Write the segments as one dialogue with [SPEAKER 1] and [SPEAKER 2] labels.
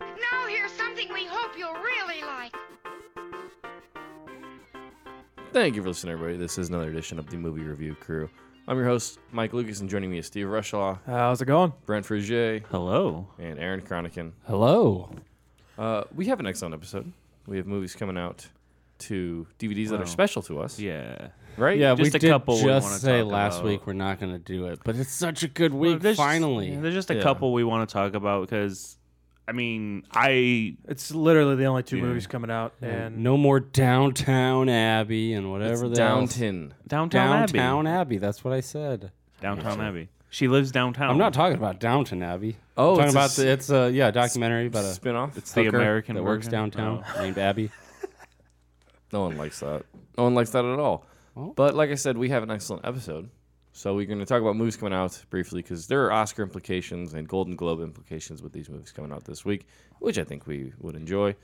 [SPEAKER 1] Now here's something we hope you'll really like.
[SPEAKER 2] Thank you for listening, everybody. This is another edition of the Movie Review Crew. I'm your host, Mike Lucas, and joining me is Steve Rushlaw,
[SPEAKER 3] How's it going?
[SPEAKER 2] Brent Frugier,
[SPEAKER 4] Hello.
[SPEAKER 2] and Aaron Cronican.
[SPEAKER 3] Hello.
[SPEAKER 2] Uh, we have an excellent episode. We have movies coming out to DVDs that
[SPEAKER 4] Wow.
[SPEAKER 2] are special to us,
[SPEAKER 4] Yeah.
[SPEAKER 2] right?
[SPEAKER 3] Yeah,
[SPEAKER 4] Just
[SPEAKER 3] we
[SPEAKER 4] a
[SPEAKER 3] did
[SPEAKER 4] couple we wanna
[SPEAKER 3] just say
[SPEAKER 4] talk
[SPEAKER 3] last
[SPEAKER 4] about.
[SPEAKER 3] week we're not going to do it, but it's such a good week.
[SPEAKER 4] there's,
[SPEAKER 3] finally,
[SPEAKER 4] There's just a
[SPEAKER 2] Yeah.
[SPEAKER 4] couple we want to talk about because, I mean, I.
[SPEAKER 5] It's literally the only two
[SPEAKER 4] Yeah.
[SPEAKER 5] movies coming out,
[SPEAKER 3] and
[SPEAKER 5] and
[SPEAKER 3] no more Downtown Abbey and whatever the hell-
[SPEAKER 2] Downton.
[SPEAKER 4] Downtown,
[SPEAKER 3] Downtown
[SPEAKER 4] Abbey.
[SPEAKER 3] Abbey. That's what I said.
[SPEAKER 4] Downtown Abbey. She lives downtown.
[SPEAKER 3] I'm not talking about Downtown Abbey.
[SPEAKER 2] Oh,
[SPEAKER 3] I'm talking
[SPEAKER 2] it's a
[SPEAKER 3] about
[SPEAKER 2] s-
[SPEAKER 3] the, it's a yeah documentary about a
[SPEAKER 2] Spinoff.
[SPEAKER 4] It's the
[SPEAKER 3] hooker
[SPEAKER 4] American
[SPEAKER 3] that works
[SPEAKER 4] version?
[SPEAKER 3] downtown
[SPEAKER 4] Oh.
[SPEAKER 3] named Abby.
[SPEAKER 2] No one likes that. No one likes that at all. But like I said, we have an excellent episode. So we're going to talk about movies coming out briefly because there are Oscar implications and Golden Globe implications with these movies coming out this week, which I think we would enjoy.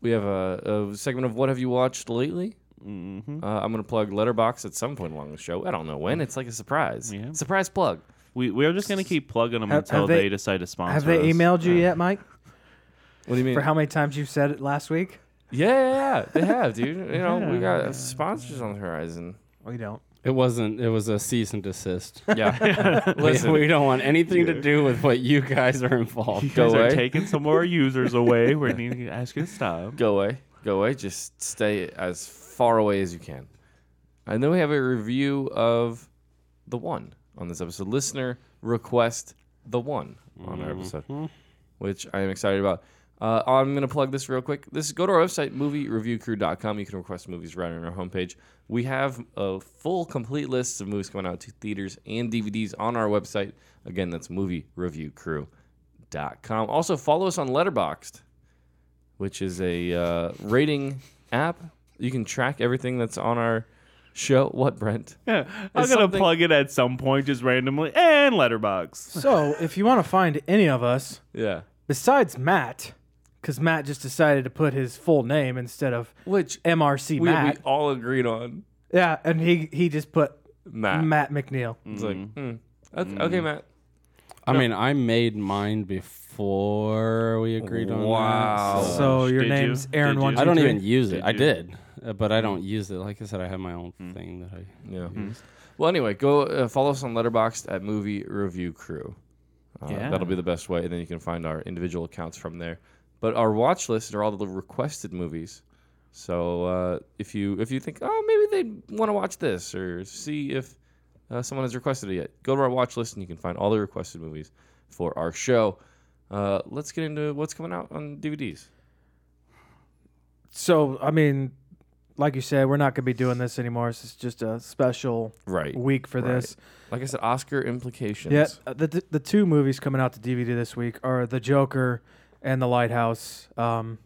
[SPEAKER 2] We have a, a segment of what have you watched lately? Mm-hmm. Uh, I'm going to plug Letterbox at some point along the show. I don't know when. It's like a surprise.
[SPEAKER 4] Yeah.
[SPEAKER 2] Surprise plug.
[SPEAKER 4] We, we're just going to keep plugging them
[SPEAKER 5] Have-
[SPEAKER 4] until
[SPEAKER 5] have
[SPEAKER 4] they,
[SPEAKER 5] they-
[SPEAKER 4] decide to sponsor
[SPEAKER 5] have they
[SPEAKER 4] us.
[SPEAKER 5] emailed you yet, Mike?
[SPEAKER 2] What do you mean?
[SPEAKER 5] For how many times you've said it last week?
[SPEAKER 2] yeah, yeah, yeah, they have, dude. You know, we got sponsors on the horizon.
[SPEAKER 5] We don't.
[SPEAKER 3] It wasn't. It was a cease and desist.
[SPEAKER 2] Yeah.
[SPEAKER 3] We-
[SPEAKER 2] Listen,
[SPEAKER 3] we, don't want anything to do with what you guys are involved.
[SPEAKER 4] You guys
[SPEAKER 2] Go
[SPEAKER 4] are
[SPEAKER 2] away.
[SPEAKER 4] taking some more users away. We're needing to ask you to stop.
[SPEAKER 2] go away, go away. Just stay as far away as you can. And then we have a review of the one on this episode. Listener request the one on our episode, which I am excited about. Uh, I'm going to plug this real quick. This go to our website moviereviewcrew.com. You can request movies right on our homepage. We have a full complete list of movies coming out to theaters and DVDs on our website. Again, that's moviereviewcrew.com. Also follow us on Letterboxd which is a uh, rating app. You can track everything that's on our show. What, Brent?
[SPEAKER 4] Yeah, I'm
[SPEAKER 2] Is
[SPEAKER 4] gonna
[SPEAKER 2] something-
[SPEAKER 4] plug it at some point, just randomly, and Letterbox.
[SPEAKER 5] So, if you want to find any of us
[SPEAKER 2] Yeah.
[SPEAKER 5] besides Matt, because Matt just decided to put his full name instead of
[SPEAKER 2] Which
[SPEAKER 5] MRC
[SPEAKER 2] we, we
[SPEAKER 5] Matt.
[SPEAKER 2] all agreed on.
[SPEAKER 5] yeah, and he he just put
[SPEAKER 2] Matt.
[SPEAKER 5] Matt McNeil.
[SPEAKER 2] It's like, hmm. Okay, okay, Matt.
[SPEAKER 3] I mean, I made mine before we agreed on. that,
[SPEAKER 2] Wow.
[SPEAKER 3] so-
[SPEAKER 5] so your
[SPEAKER 4] Did you?
[SPEAKER 5] name's
[SPEAKER 4] Did
[SPEAKER 5] Aaron
[SPEAKER 4] you?
[SPEAKER 5] One.
[SPEAKER 3] I don't
[SPEAKER 5] Two,
[SPEAKER 3] even
[SPEAKER 5] Three.
[SPEAKER 3] use it.
[SPEAKER 4] Did
[SPEAKER 3] I
[SPEAKER 4] you?
[SPEAKER 3] did, uh, but I
[SPEAKER 2] Hmm.
[SPEAKER 3] don't use it. Like I said, I have my own thing that I.
[SPEAKER 2] Yeah. Well, anyway, go uh, follow us on Letterboxd at Movie Review Crew. Uh,
[SPEAKER 4] Yeah.
[SPEAKER 2] That'll be the best way. And then you can find our individual accounts from there. But our watch list are all the requested movies. So uh, if you if you think oh maybe they want to watch this or see if uh, someone has requested it yet, go to our watch list and you can find all the requested movies for our show. Uh, let's get into what's coming out on DVDs.
[SPEAKER 5] So, I mean, like you said, we're not going to be doing this anymore. This is just a special
[SPEAKER 2] Right.
[SPEAKER 5] week for
[SPEAKER 2] Right.
[SPEAKER 5] this.
[SPEAKER 2] Like I said, Oscar implications.
[SPEAKER 5] Yeah, uh, the, the the two movies coming out to DVD this week are The Joker and The Lighthouse. Um,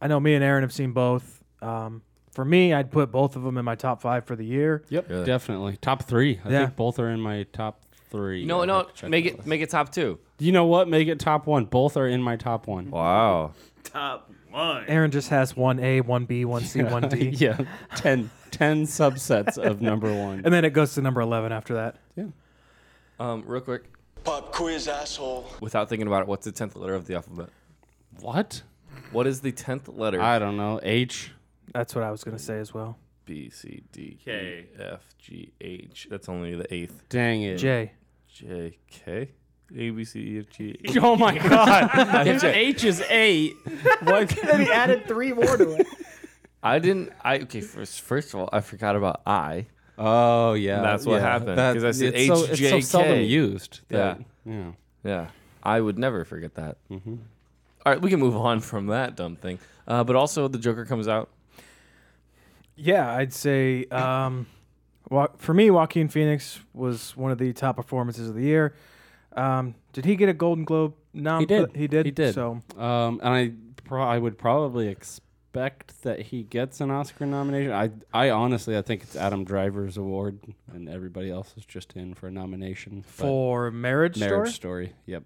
[SPEAKER 5] I know me and Aaron have seen both. Um, for me, I'd put both of them in my top five for the year.
[SPEAKER 3] Yep,
[SPEAKER 2] Really?
[SPEAKER 3] definitely top three. I
[SPEAKER 5] Yeah.
[SPEAKER 3] think both are in my top three.
[SPEAKER 2] No,
[SPEAKER 3] I'll
[SPEAKER 2] no,
[SPEAKER 3] have to check
[SPEAKER 2] make
[SPEAKER 3] the
[SPEAKER 2] it
[SPEAKER 3] list.
[SPEAKER 2] make it top two.
[SPEAKER 3] You know what? Make it top one. Both are in my top one.
[SPEAKER 2] Wow.
[SPEAKER 4] Top one.
[SPEAKER 5] Aaron just has one A, one B, one C, one D,
[SPEAKER 3] yeah, 10, 10 subsets of number one.
[SPEAKER 5] and then it goes to number eleven after that.
[SPEAKER 2] Um, real quick,
[SPEAKER 6] Pop quiz, asshole.
[SPEAKER 2] without thinking about it, what's the tenth letter of the alphabet?
[SPEAKER 3] What?
[SPEAKER 2] What is the tenth letter?
[SPEAKER 3] I don't know. H.
[SPEAKER 5] That's what I was gonna say as well.
[SPEAKER 2] B C D
[SPEAKER 4] K.
[SPEAKER 2] E, F G H. That's only the eighth.
[SPEAKER 3] Dang it.
[SPEAKER 5] J.
[SPEAKER 2] J K. A B C E F G. H.
[SPEAKER 3] Oh my god. if H is eight, what?
[SPEAKER 5] he added three more to it.
[SPEAKER 2] I didn't. I okay. First, first of all, I forgot about I.
[SPEAKER 3] Oh yeah.
[SPEAKER 2] That's what
[SPEAKER 3] yeah.
[SPEAKER 2] happened, 'cause I said
[SPEAKER 3] it's so, it's so
[SPEAKER 2] HJK.
[SPEAKER 3] seldom used.
[SPEAKER 2] Yeah.
[SPEAKER 3] That, yeah.
[SPEAKER 2] Yeah, I would never forget that. Mm-hmm. right, we can move on from that dumb thing. Uh, but also, the Joker comes out.
[SPEAKER 5] Yeah, I'd say um, Wa- for me, Joaquin Phoenix was one of the top performances of the year. Um, did he get a Golden Globe nom?
[SPEAKER 3] He did.
[SPEAKER 5] He did.
[SPEAKER 3] He did.
[SPEAKER 5] So
[SPEAKER 3] Um, and I, pro- I would probably expect expect that he gets an Oscar nomination. I I honestly I think it's Adam Driver's award, and everybody else is just in for a nomination but
[SPEAKER 5] for marriage,
[SPEAKER 3] Marriage
[SPEAKER 5] story.
[SPEAKER 3] Story. Yep.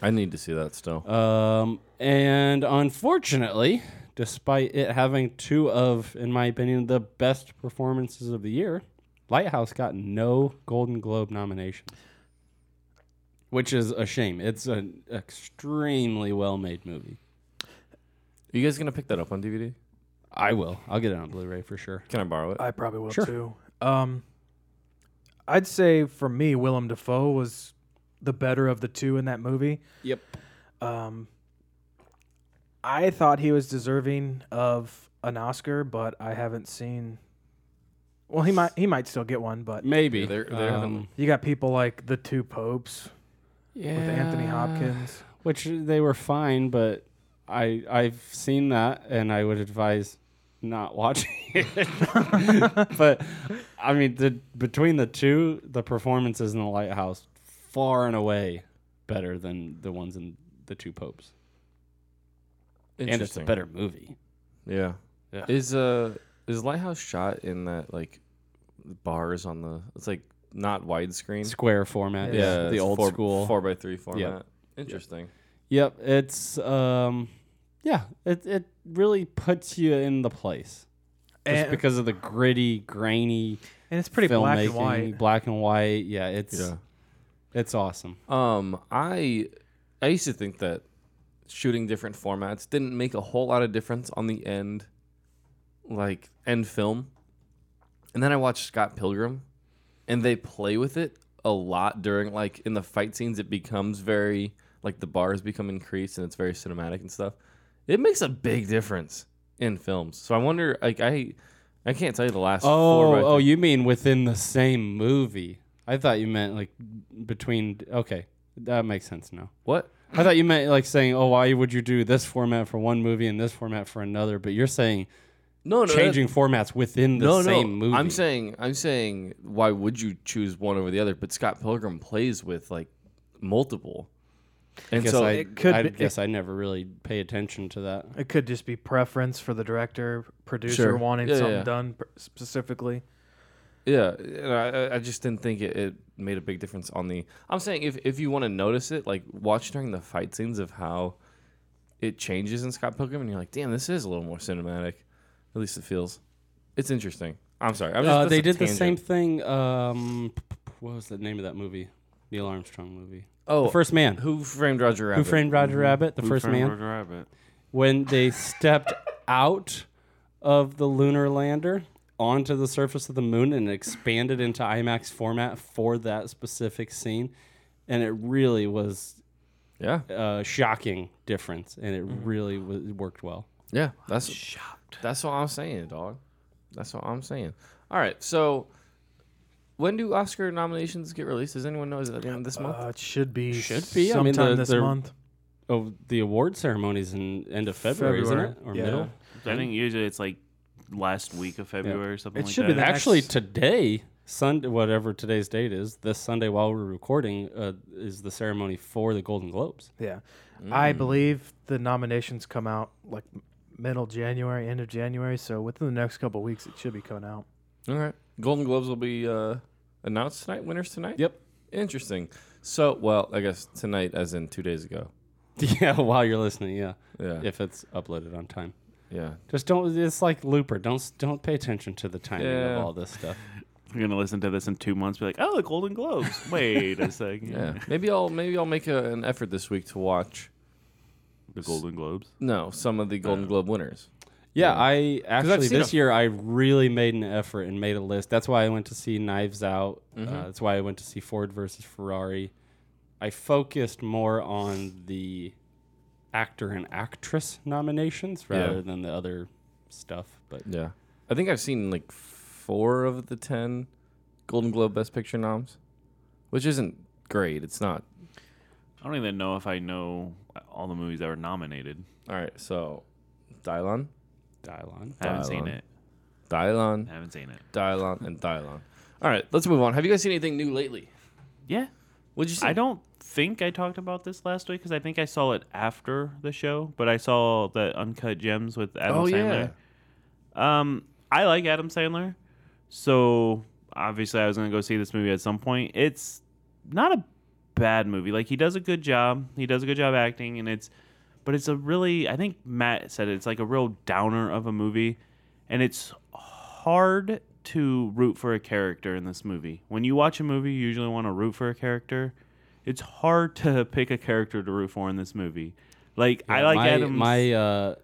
[SPEAKER 2] I need to see that still.
[SPEAKER 3] Um, and unfortunately, despite it having two of, in my opinion, the best performances of the year, Lighthouse got no Golden Globe nominations, which is a shame. It's an extremely well-made movie.
[SPEAKER 2] you guys gonna pick that up on DVD?
[SPEAKER 3] I will. I'll get it on Blu-ray for sure.
[SPEAKER 2] Can I borrow it?
[SPEAKER 5] I probably will
[SPEAKER 3] Sure.
[SPEAKER 5] too. Um, I'd say for me, Willem Dafoe was the better of the two in that movie.
[SPEAKER 3] Yep.
[SPEAKER 5] Um, I thought he was deserving of an Oscar, but I haven't seen. Well, he might he might still get one, but
[SPEAKER 3] Maybe.
[SPEAKER 2] They're- they're the-
[SPEAKER 3] Um,
[SPEAKER 5] you got people like the two popes with Anthony
[SPEAKER 3] yeah.
[SPEAKER 5] Hopkins.
[SPEAKER 3] which they were fine, but I I've seen that and I would advise not watching it. but I mean, the between the two, the performances in the Lighthouse far and away better than the ones in the two popes, and it's a
[SPEAKER 2] Interesting.
[SPEAKER 3] better movie.
[SPEAKER 2] Yeah.
[SPEAKER 3] Yeah.
[SPEAKER 2] Is uh is Lighthouse shot in that like bars on the? It's like not widescreen.
[SPEAKER 3] Square format,
[SPEAKER 5] Yeah,
[SPEAKER 3] yeah,
[SPEAKER 2] it's
[SPEAKER 3] the old
[SPEAKER 2] four,
[SPEAKER 3] school
[SPEAKER 2] four by three format. Interesting.
[SPEAKER 3] Yep, it's um, yeah, it it really puts you in the place just
[SPEAKER 5] And,
[SPEAKER 3] because of the gritty, grainy.
[SPEAKER 5] and it's pretty black and
[SPEAKER 3] filmmaking,
[SPEAKER 5] white.
[SPEAKER 3] black and white. Yeah, it's it's awesome.
[SPEAKER 2] Um, I I used to think that shooting different formats didn't make a whole lot of difference on the end, like end film. And then I watched Scott Pilgrim, and they play with it a lot during like in the fight scenes. It becomes very like the bars become increased and it's very cinematic and stuff. It makes a big difference in films. So I wonder, like I. I can't tell you the last.
[SPEAKER 3] Oh,
[SPEAKER 2] four, but I
[SPEAKER 3] oh,
[SPEAKER 2] think-
[SPEAKER 3] you mean within the same movie? I thought you meant like between. Okay, that makes sense now.
[SPEAKER 2] what?
[SPEAKER 3] I thought you meant like saying, "Oh, why would you do this format for one movie and this format for another?" But you're saying
[SPEAKER 2] No, no, that-
[SPEAKER 3] changing formats within the
[SPEAKER 2] no,
[SPEAKER 3] same
[SPEAKER 2] no.
[SPEAKER 3] movie.
[SPEAKER 2] I'm saying, I'm saying, why would you choose one over the other? But Scott Pilgrim plays with like multiple, and
[SPEAKER 3] guess
[SPEAKER 2] so
[SPEAKER 3] I,
[SPEAKER 5] it could
[SPEAKER 3] I
[SPEAKER 5] be-
[SPEAKER 3] guess I never really pay attention to that.
[SPEAKER 5] It could just be preference for the director, producer
[SPEAKER 2] Sure.
[SPEAKER 5] wanting
[SPEAKER 2] Yeah, yeah,
[SPEAKER 5] something
[SPEAKER 2] yeah.
[SPEAKER 5] done pr- specifically.
[SPEAKER 2] yeah, and I, I- I just didn't think it, it made a big difference on the. I'm saying if if you want to notice it, like watch during the fight scenes of how it changes in Scott Pilgrim, and you're like, damn, this is a little more cinematic. At least it feels. It's interesting. I'm sorry. I'm just,
[SPEAKER 3] Uh,
[SPEAKER 2] that's
[SPEAKER 3] they
[SPEAKER 2] a
[SPEAKER 3] did the
[SPEAKER 2] tangent.
[SPEAKER 3] same thing. Um, p- p- p- what was the name of that movie? Neil Armstrong movie.
[SPEAKER 2] Oh,
[SPEAKER 3] The First Man.
[SPEAKER 2] Who framed Roger Rabbit?
[SPEAKER 3] Who Framed Roger Rabbit, the first man, when they stepped out of the lunar lander onto the surface of the moon and expanded into IMAX format for that specific scene. And it really was
[SPEAKER 2] Yeah,
[SPEAKER 3] a shocking difference, and it really was, worked well.
[SPEAKER 2] Yeah, that's That's what I'm saying, dog. That's what I'm saying. All right, so when do Oscar nominations get released? Does anyone know? Is it at the end of this month?
[SPEAKER 5] Uh, it should be
[SPEAKER 3] Should
[SPEAKER 5] should
[SPEAKER 3] be.
[SPEAKER 5] be
[SPEAKER 3] I mean,
[SPEAKER 5] sometime
[SPEAKER 3] the-
[SPEAKER 5] this
[SPEAKER 3] they're-
[SPEAKER 5] month.
[SPEAKER 3] Oh, the award ceremonies in end of February,
[SPEAKER 5] February,
[SPEAKER 3] isn't it, or
[SPEAKER 5] yeah.
[SPEAKER 3] middle?
[SPEAKER 4] I think usually it's like last week of February or something
[SPEAKER 5] It
[SPEAKER 4] like
[SPEAKER 5] should
[SPEAKER 4] that.
[SPEAKER 5] be the next-
[SPEAKER 3] Actually, today, Sunday, whatever today's date is, this Sunday while we're recording uh, is the ceremony for the Golden Globes.
[SPEAKER 5] Yeah, I
[SPEAKER 3] Mm.
[SPEAKER 5] believe the nominations come out like m- middle January, end of January. So within the next couple weeks, it should be coming out.
[SPEAKER 2] All right, uh, Golden Globes will be uh, announced tonight. Winners tonight.
[SPEAKER 3] Yep.
[SPEAKER 2] Interesting. So, well, I guess tonight, as in two days ago.
[SPEAKER 3] Yeah, while you're listening, yeah.
[SPEAKER 2] Yeah.
[SPEAKER 3] If it's uploaded on time.
[SPEAKER 2] Yeah.
[SPEAKER 3] Just don't it's like Looper. Don't s- don't pay attention to the timing
[SPEAKER 2] Yeah.
[SPEAKER 3] of all this stuff.
[SPEAKER 4] We're gonna listen to this in two months. Be like, oh, the Golden Globes. Wait a second.
[SPEAKER 2] Yeah. maybe I'll maybe I'll make a, an effort this week to watch
[SPEAKER 4] The Golden Globes.
[SPEAKER 2] no some of the Golden Globe winners.
[SPEAKER 3] Yeah, I
[SPEAKER 2] I've
[SPEAKER 3] actually
[SPEAKER 2] seen
[SPEAKER 3] this
[SPEAKER 2] a-
[SPEAKER 3] year I really made an effort and made a list. That's why I went to see Knives Out.
[SPEAKER 2] Mm-hmm.
[SPEAKER 3] Uh, that's why I went to see Ford versus Ferrari. I focused more on the actor and actress nominations rather
[SPEAKER 2] Yeah.
[SPEAKER 3] than the other stuff. But
[SPEAKER 2] Yeah, I think I've seen like four of the ten Golden Globe Best Picture noms, which isn't great. It's not
[SPEAKER 4] I don't even know if I know all the movies that were nominated.
[SPEAKER 2] All right, so Dylon,
[SPEAKER 3] Dylon,
[SPEAKER 4] I haven't seen
[SPEAKER 2] Dylan.
[SPEAKER 4] it.
[SPEAKER 2] Dylon,
[SPEAKER 4] I haven't seen it.
[SPEAKER 2] Dylon, and Dylon. All right, let's move on. Have you guys seen anything new lately?
[SPEAKER 4] Yeah.
[SPEAKER 2] What'd you see?
[SPEAKER 4] I don't think I talked about this last week because I think I saw it after the show, but I saw the Uncut Gems with Adam
[SPEAKER 2] Oh,
[SPEAKER 4] Sandler. Um, I like Adam Sandler, so obviously I was gonna go see this movie at some point. It's not a bad movie. Like he does a good job. He does a good job acting, and it's, but it's a really. I think Matt said it, it's like a real downer of a movie, and it's hard to root for a character in this movie. When you watch a movie, you usually want to root for a character. It's hard to pick a character to root for in this movie. Like I like
[SPEAKER 3] my,
[SPEAKER 4] Adam.
[SPEAKER 3] My uh,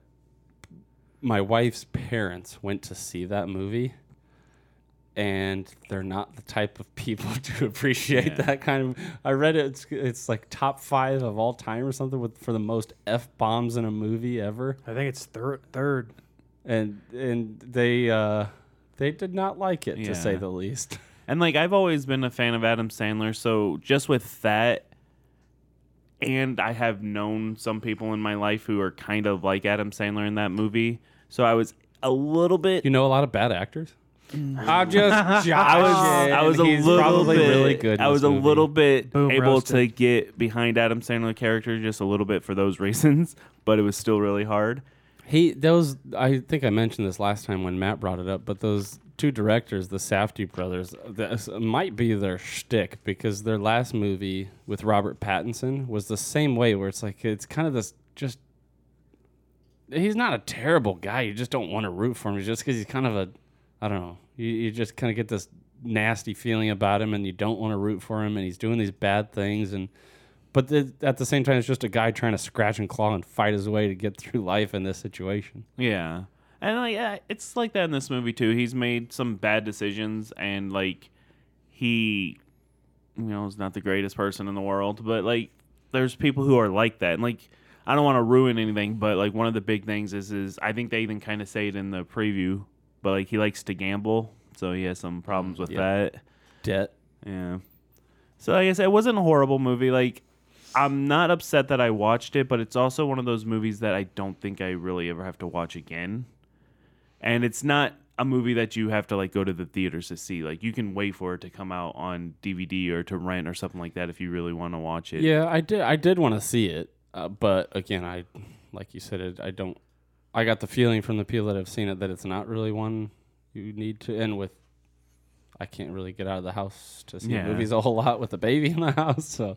[SPEAKER 3] my wife's parents went to see that movie, and they're not the type of people to appreciate
[SPEAKER 4] Yeah.
[SPEAKER 3] that kind of. I read it; it's, it's like top five of all time or something with for the most f bombs in a movie ever,
[SPEAKER 5] I think it's third. Third.
[SPEAKER 3] and and they uh, they did not like it to say
[SPEAKER 4] Yeah.
[SPEAKER 3] the least.
[SPEAKER 4] And like I've always been a fan of Adam Sandler, so just with that and I have known some people in my life who are kind of like Adam Sandler in that movie. So I was a little bit
[SPEAKER 3] You know a lot of bad actors. I'm just joshing.
[SPEAKER 4] I was
[SPEAKER 3] Oh,
[SPEAKER 4] I was a
[SPEAKER 3] He's
[SPEAKER 4] little
[SPEAKER 3] probably
[SPEAKER 4] bit
[SPEAKER 3] really good. in
[SPEAKER 4] I
[SPEAKER 3] this
[SPEAKER 4] was a
[SPEAKER 3] movie.
[SPEAKER 4] little bit
[SPEAKER 5] Boom,
[SPEAKER 4] able to
[SPEAKER 5] roasted.
[SPEAKER 4] get behind Adam Sandler character just a little bit for those reasons, but it was still really hard.
[SPEAKER 3] He those I think I mentioned this last time when Matt brought it up, but those two directors, the Safdie brothers, this might be their shtick because their last movie with Robert Pattinson was the same way, where it's like it's kind of this just. He's not a terrible guy. You just don't want to root for him just because he's kind of a, I don't know. You, you just kind of get this nasty feeling about him, and you don't want to root for him, and he's doing these bad things, and but the, at the same time, it's just a guy trying to scratch and claw and fight his way to get through life in this situation.
[SPEAKER 4] Yeah. And like yeah, it's like that in this movie too. He's made some bad decisions and like he you know, is not the greatest person in the world, but like there's people who are like that. And like I don't want to ruin anything, but like one of the big things is is I think they even kind of say it in the preview, but like he likes to gamble, so he has some problems with that.
[SPEAKER 3] Debt.
[SPEAKER 4] Yeah. So like I said, it wasn't a horrible movie. Like I'm not upset that I watched it, but it's also one of those movies that I don't think I really ever have to watch again. And it's not a movie that you have to like go to the theaters to see. Like you can wait for it to come out on DVD or to rent or something like that if you really want to watch it.
[SPEAKER 3] Yeah, I did. I did want to see it, uh, but again, I like you said, it, I don't. I got the feeling from the people that have seen it that it's not really one you need to end with. I can't really get out of the house to see
[SPEAKER 4] Yeah.
[SPEAKER 3] movies a whole lot with the baby in the house, so